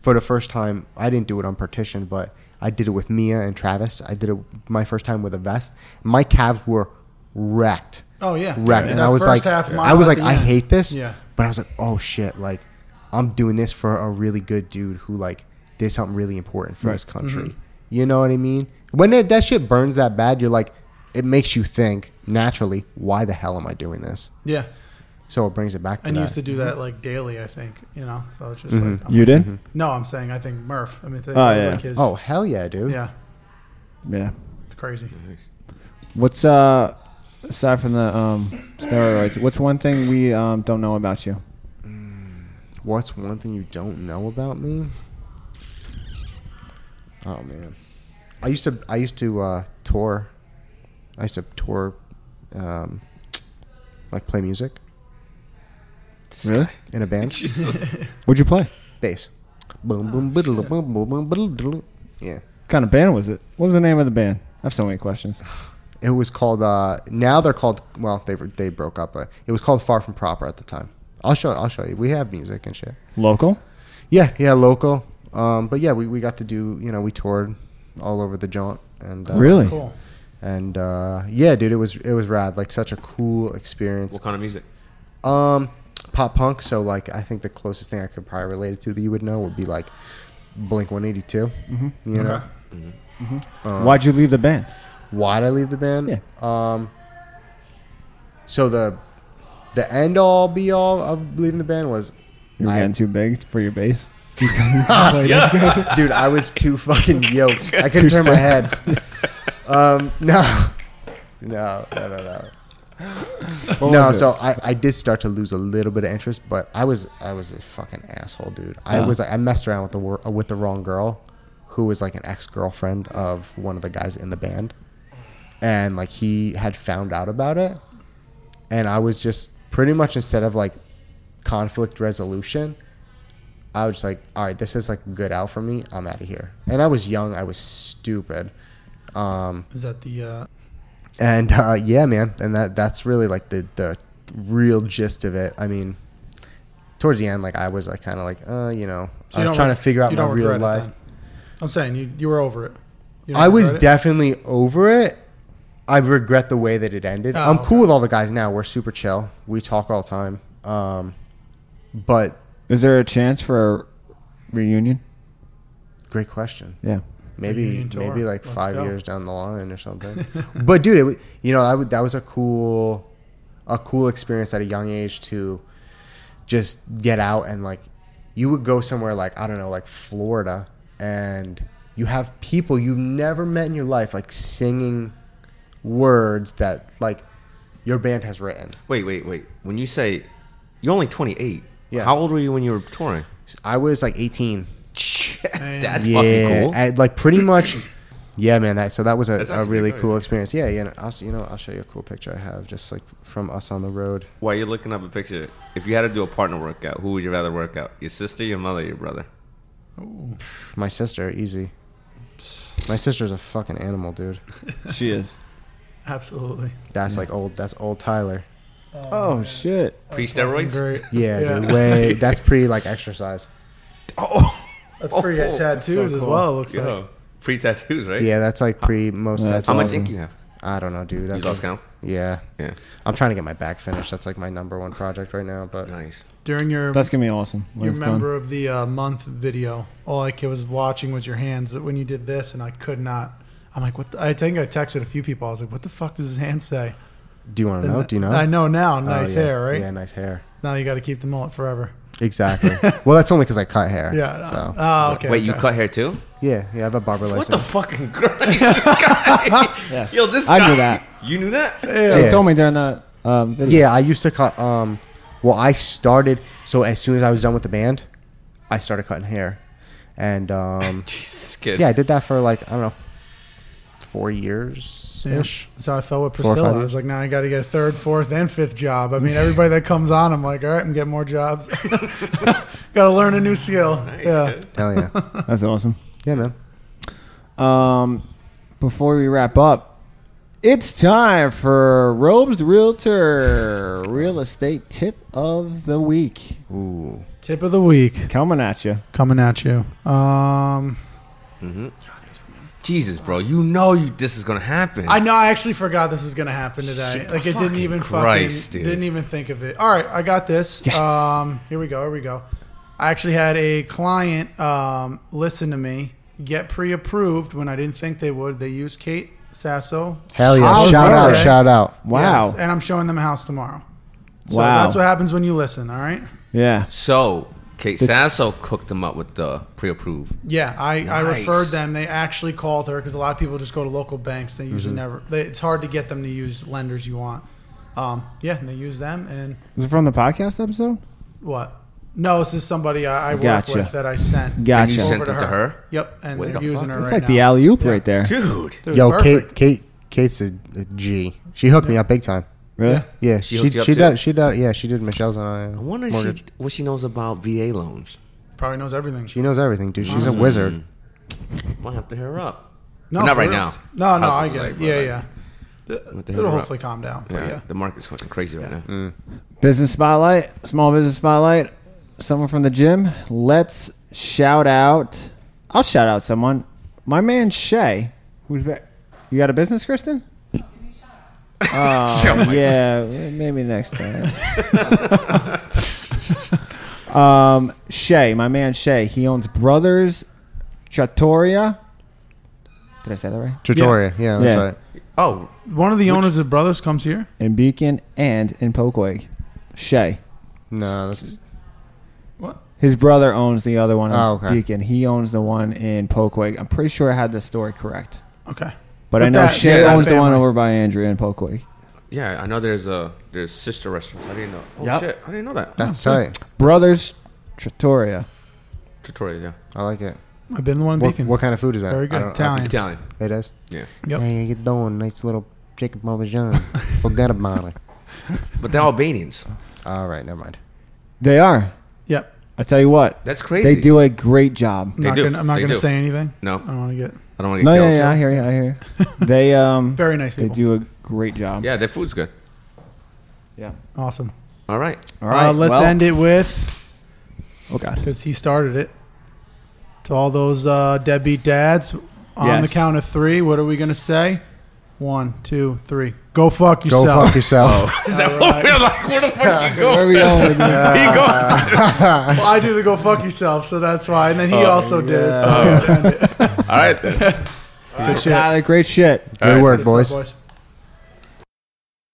S1: for the first time i didn't do it on partition but i did it with mia and travis i did it my first time with a vest my calves were wrecked
S3: Oh, yeah.
S1: wrecked
S3: Yeah.
S1: and
S3: That
S1: i was like
S3: first half
S1: i
S3: mile
S1: was like
S3: at the
S1: i
S3: end.
S1: hate this
S3: Yeah.
S1: but i was like oh shit like i'm doing this for a really good dude who like did something really important for this country
S3: Mm-hmm.
S1: you know what i mean when that, that shit burns that bad you're like it makes you think naturally why the hell am i doing this
S3: Yeah.
S1: so it brings it back to
S3: And
S1: that. Mm-hmm.
S3: you used to do that like daily, I think. You know, so it's just like I'm
S4: You
S3: like-
S4: did?
S3: No, I'm saying I think Murph. I mean, that
S4: Oh,
S3: was
S4: yeah.
S3: like his,
S1: Oh hell yeah, dude!
S3: yeah,
S4: Yeah.
S3: crazy.
S4: What's uh aside from the um steroids, what's one thing we um don't know about you?
S1: What's one thing you don't know about me? Oh man, I used to I used to uh, tour. I used to tour, um, like play music
S4: Really?
S1: in a band.
S4: What'd you play?
S1: Bass, boom boom biddle boom boom boom biddle diddle. Yeah,
S4: What kind of band was it? What was the name of the band? I have so many questions.
S1: it was called. Uh, now they're called. Well, they were, they broke up, but it was called Far from Proper at the time. I'll show I'll show you. We have music and shit.
S4: Local?
S1: Yeah, yeah, local. Um, but yeah, we, we got to do you know we toured all over the jaunt and uh,
S4: Really?
S3: Cool.
S1: and uh, yeah, dude, it was it was rad. Like such a cool experience.
S2: What kind of music?
S1: Um, pop punk. So like I think the closest thing I could probably relate it to that you would know would be like Blink One Eighty Two.
S4: Mm-hmm.
S1: You know Uh,
S4: Why'd you leave the band?
S1: why did I leave the band?
S4: Yeah.
S1: Um. So the the end all be all of leaving the band was
S4: You were
S1: I-
S4: getting too big for your bass.
S1: Dude, I was too fucking yoked. I couldn't turn my head. Um, no. No, no, no, no. no,
S4: was it?
S1: so I, I did start to lose a little bit of interest, but I was I was a fucking asshole, dude. I
S4: Yeah.
S1: was like I messed around with the wor- with the wrong girl, who was like an ex girlfriend of one of the guys in the band, and like he had found out about it, and I was just pretty much instead of like conflict resolution, I was just like, all right, this is like good out for me. I'm out of here. And I was young. I was stupid. Um,
S3: Is that the uh,
S1: and uh, yeah, man. And that that's really like the the real gist of it. I mean, towards the end, like I was like kind of like, uh, you know,
S3: so
S1: I
S3: you
S1: was
S3: don't
S1: trying
S3: re-
S1: to figure out
S3: you
S1: my
S3: don't
S1: real
S3: regret it
S1: life.
S3: then? I'm saying you you were over it. You don't
S1: I was
S3: regret it?
S1: definitely over it. I regret the way that it ended.
S3: Oh,
S1: I'm cool
S3: okay.
S1: with all the guys now. We're super chill. We talk all the time. Um, but
S4: Is there a chance for a reunion?
S1: great question.
S4: Yeah.
S1: maybe
S3: Reunion tour.
S1: maybe like
S3: Let's
S1: five
S3: go.
S1: years down the line or something. but dude, it, wa- you know, I would, that was a cool, a cool experience at a young age to just get out and like you would go somewhere like I don't know, like Florida, and you have people you've never met in your life like singing words that like your band has written.
S2: Wait, wait, wait. When you say you're only 28,
S1: Yeah.
S2: how old were you when you were touring?
S1: I was like 18.
S2: That's
S1: yeah,
S2: fucking cool.
S1: I- like pretty much. Yeah, man. That, so that was a,
S2: That's
S1: a
S2: actually
S1: really
S2: good.
S1: cool experience. Yeah, yeah. and I'll, s- you know, I'll show you a cool picture I have just like from us on the road.
S2: While you're looking up a picture, if you had to do a partner workout, who would you rather work out? Your sister, your mother, your brother?
S1: My sister, easy. My sister's a fucking animal, dude.
S4: She is.
S3: Absolutely.
S1: That's like old. That's old Tyler.
S4: Oh shit.
S2: Pre steroids?
S3: Great.
S1: Yeah,
S3: Yeah.
S1: dude. Way. That's pre like exercise.
S2: Oh,
S3: That's pretty good.
S2: Oh,
S3: tattoos as well. It looks
S2: yeah.
S3: like.
S2: Pre tattoos, right?
S1: Yeah, that's like pre most.
S4: Yeah,
S1: That's
S2: How much
S1: awesome.
S2: ink you have?
S1: I don't know, dude. That's
S2: you lost count?
S1: yeah.
S2: Yeah.
S1: I'm trying to get my back finished. That's like my number one project right now. But
S2: Nice.
S3: During your
S4: That's gonna be awesome. when
S3: your
S4: it's
S3: member of the uh, month video, all I ca- was watching was your hands when you did this, and I could not. I'm like, what? The, I think I texted a few people. I was like, what the fuck does his hand say?
S1: do you want to know?
S3: And
S1: Do you know?
S3: I know now.
S1: Oh,
S3: Nice
S1: yeah.
S3: hair, right?
S1: Yeah, nice hair.
S3: Now you got to keep the mullet forever.
S1: Exactly. well, that's only because I cut hair.
S3: Yeah.
S1: So
S3: Oh, okay.
S2: Wait, you
S3: okay.
S2: cut hair too?
S1: yeah, yeah, I have a barber
S2: What
S1: license.
S2: the fucking Christ?
S4: Yeah.
S2: Yo, this
S4: I
S2: guy.
S4: knew that.
S2: You knew that?
S4: done.
S1: Yeah.
S4: They told me during that. Um, video.
S1: Yeah, I used to cut. Um, well, I started. So as soon as I was done with the band, I started cutting hair, and um,
S2: Jesus, kid.
S1: yeah, I did that for like I don't know, four years
S3: Yeah.
S1: ish.
S3: So I fell with
S1: Four or five
S3: Priscilla. I
S1: years.
S3: was like, now I got to get a third, fourth, and fifth job. I mean, everybody that comes on, I'm like, all right, I'm getting more jobs. got to learn a new skill.
S2: Nice,
S3: yeah.
S2: kid.
S1: Hell yeah,
S4: That's awesome.
S1: yeah, man.
S4: Um, before we wrap up, it's time for Robes Realtor Real Estate Tip of the Week
S1: Ooh,
S3: Tip of the week
S4: coming at you.
S3: coming at you. Um,
S2: Jesus, bro. You know you, this is going to happen.
S3: I know. I actually forgot this was gonna happen today. like it didn't even
S2: Christ,
S3: fucking
S2: dude.
S3: didn't even think of it. All right, I got this.
S4: Yes.
S3: Um, here we go. Here we go. I actually had a client um, listen to me get pre-approved when I didn't think they would. They used Kate Sasso.
S1: hell yeah!
S4: All
S1: shout out,
S4: right.
S1: shout out.
S4: Wow.
S3: Yes, and I'm showing them a house tomorrow. So
S4: Wow.
S3: That's what happens when you listen. All right.
S4: Yeah.
S2: So, Kate Sasso cooked him up with the pre approved.
S3: Yeah, I, I
S2: Nice.
S3: referred them. They actually called her because a lot of people just go to local banks. They usually never. They, it's hard to get them to use lenders you want. Um, yeah, and they use them and
S4: Was it from the podcast episode?
S3: what? No, this is somebody I, I work
S4: Gotcha.
S3: with that I sent.
S4: Gotcha. And
S2: you
S3: over
S2: sent it to her?
S3: Yep, and
S2: What
S3: they're
S2: the
S3: using
S2: fuck?
S3: her
S4: It's
S3: right
S4: like the
S3: now.
S4: alley oop right there.
S2: Dude.
S3: Dude,
S1: Yo,
S3: perfect.
S1: Kate, Kate, Kate's a, a G. She hooked me up big time.
S4: Really?
S1: Yeah,
S2: She
S1: she
S2: hooked
S1: she,
S2: you up too?
S1: did she did yeah she did Michelle's on
S2: I
S1: a
S2: wonder if
S1: mortgage.
S2: she, what she knows about VA loans.
S3: probably knows everything.
S1: She knows everything, dude. She's a wizard.
S2: Might have to hit her up.
S3: no,
S2: But not
S3: for
S2: right
S3: real.
S2: now.
S3: No, no,
S2: How's
S3: I
S2: it
S3: get
S2: like,
S3: it.
S2: bro?
S3: Yeah,
S2: Like,
S3: yeah.
S2: what the hell
S3: It'll
S2: are up?
S3: hopefully calm down. but
S2: Yeah,
S3: Oh, yeah.
S2: the market's going crazy right now.
S4: Business spotlight, small business spotlight, someone from the gym. Let's shout out. I'll shout out someone. My man Shay, who's back. You got a business, Kristen? Oh,
S2: So, like,
S4: yeah, maybe next time. um, Shay, my man Shay, he owns Brothers Trattoria. Did I say that right?
S1: Trattoria, yeah, that's
S4: Yeah.
S1: right.
S2: Oh,
S3: One of the owners of Brothers comes here.
S4: In Beacon and in Poquay. Shay.
S1: No, that's
S4: His brother owns the other one in
S1: Oh, okay.
S4: Beacon. He owns the one in Poquay. I'm pretty sure I had the story correct.
S3: Okay.
S4: But I
S3: But
S4: know
S3: that-
S4: Shay
S3: yeah,
S4: owns
S3: that
S4: the one
S3: family.
S4: over by Andrea in Poquay.
S2: yeah. I know there's a there's sister restaurants. I didn't know. Oh
S4: Yep.
S2: shit! I didn't know that.
S1: that's tight.
S4: Brothers Trattoria.
S2: Tutorial, yeah.
S1: I like it.
S3: I've been the one
S1: What,
S3: beacon.
S1: what kind of food is that?
S3: Very
S1: I
S3: good.
S1: don't-
S3: Italian.
S2: Italian.
S1: I- it is.
S2: Yeah.
S3: Yep.
S1: Hey, how you doing? Nice little Jacob Parmesan. Forget about it.
S2: But they're Albanians.
S1: All right, never mind.
S4: They are.
S3: Yep.
S4: I tell you what,
S2: That's crazy.
S4: they do a great job.
S3: I'm not
S2: do.
S3: gonna, I'm not
S2: They
S3: going to
S2: do.
S3: say anything.
S2: No.
S3: I don't want to get
S2: I don't want to
S4: No,
S2: get
S4: yeah,
S2: killed.
S4: yeah, I hear you. I hear you. They um,
S3: very nice
S4: they
S3: people.
S4: do a great job.
S2: Yeah, their food's good.
S4: yeah.
S3: Awesome.
S2: All right.
S4: All right,
S3: uh, let's
S4: well-
S3: end it with
S4: Oh God.
S3: because he started it. To all those uh, deadbeat dads, on the
S4: Yes.
S3: count of three, what are we gonna say? One, two, three. Go fuck
S1: Go
S3: yourself.
S1: fuck yourself.
S2: Is that what we're like? Where the fuck you go?
S4: we going with this?
S3: Uh,
S2: You go.
S3: Well, I do the go fuck yourself, so that's why. And then he also did. it, So
S2: All right then.
S3: good shit.
S4: Tyler, great shit.
S2: All
S1: Good
S2: right.
S1: work, boys.
S3: boys.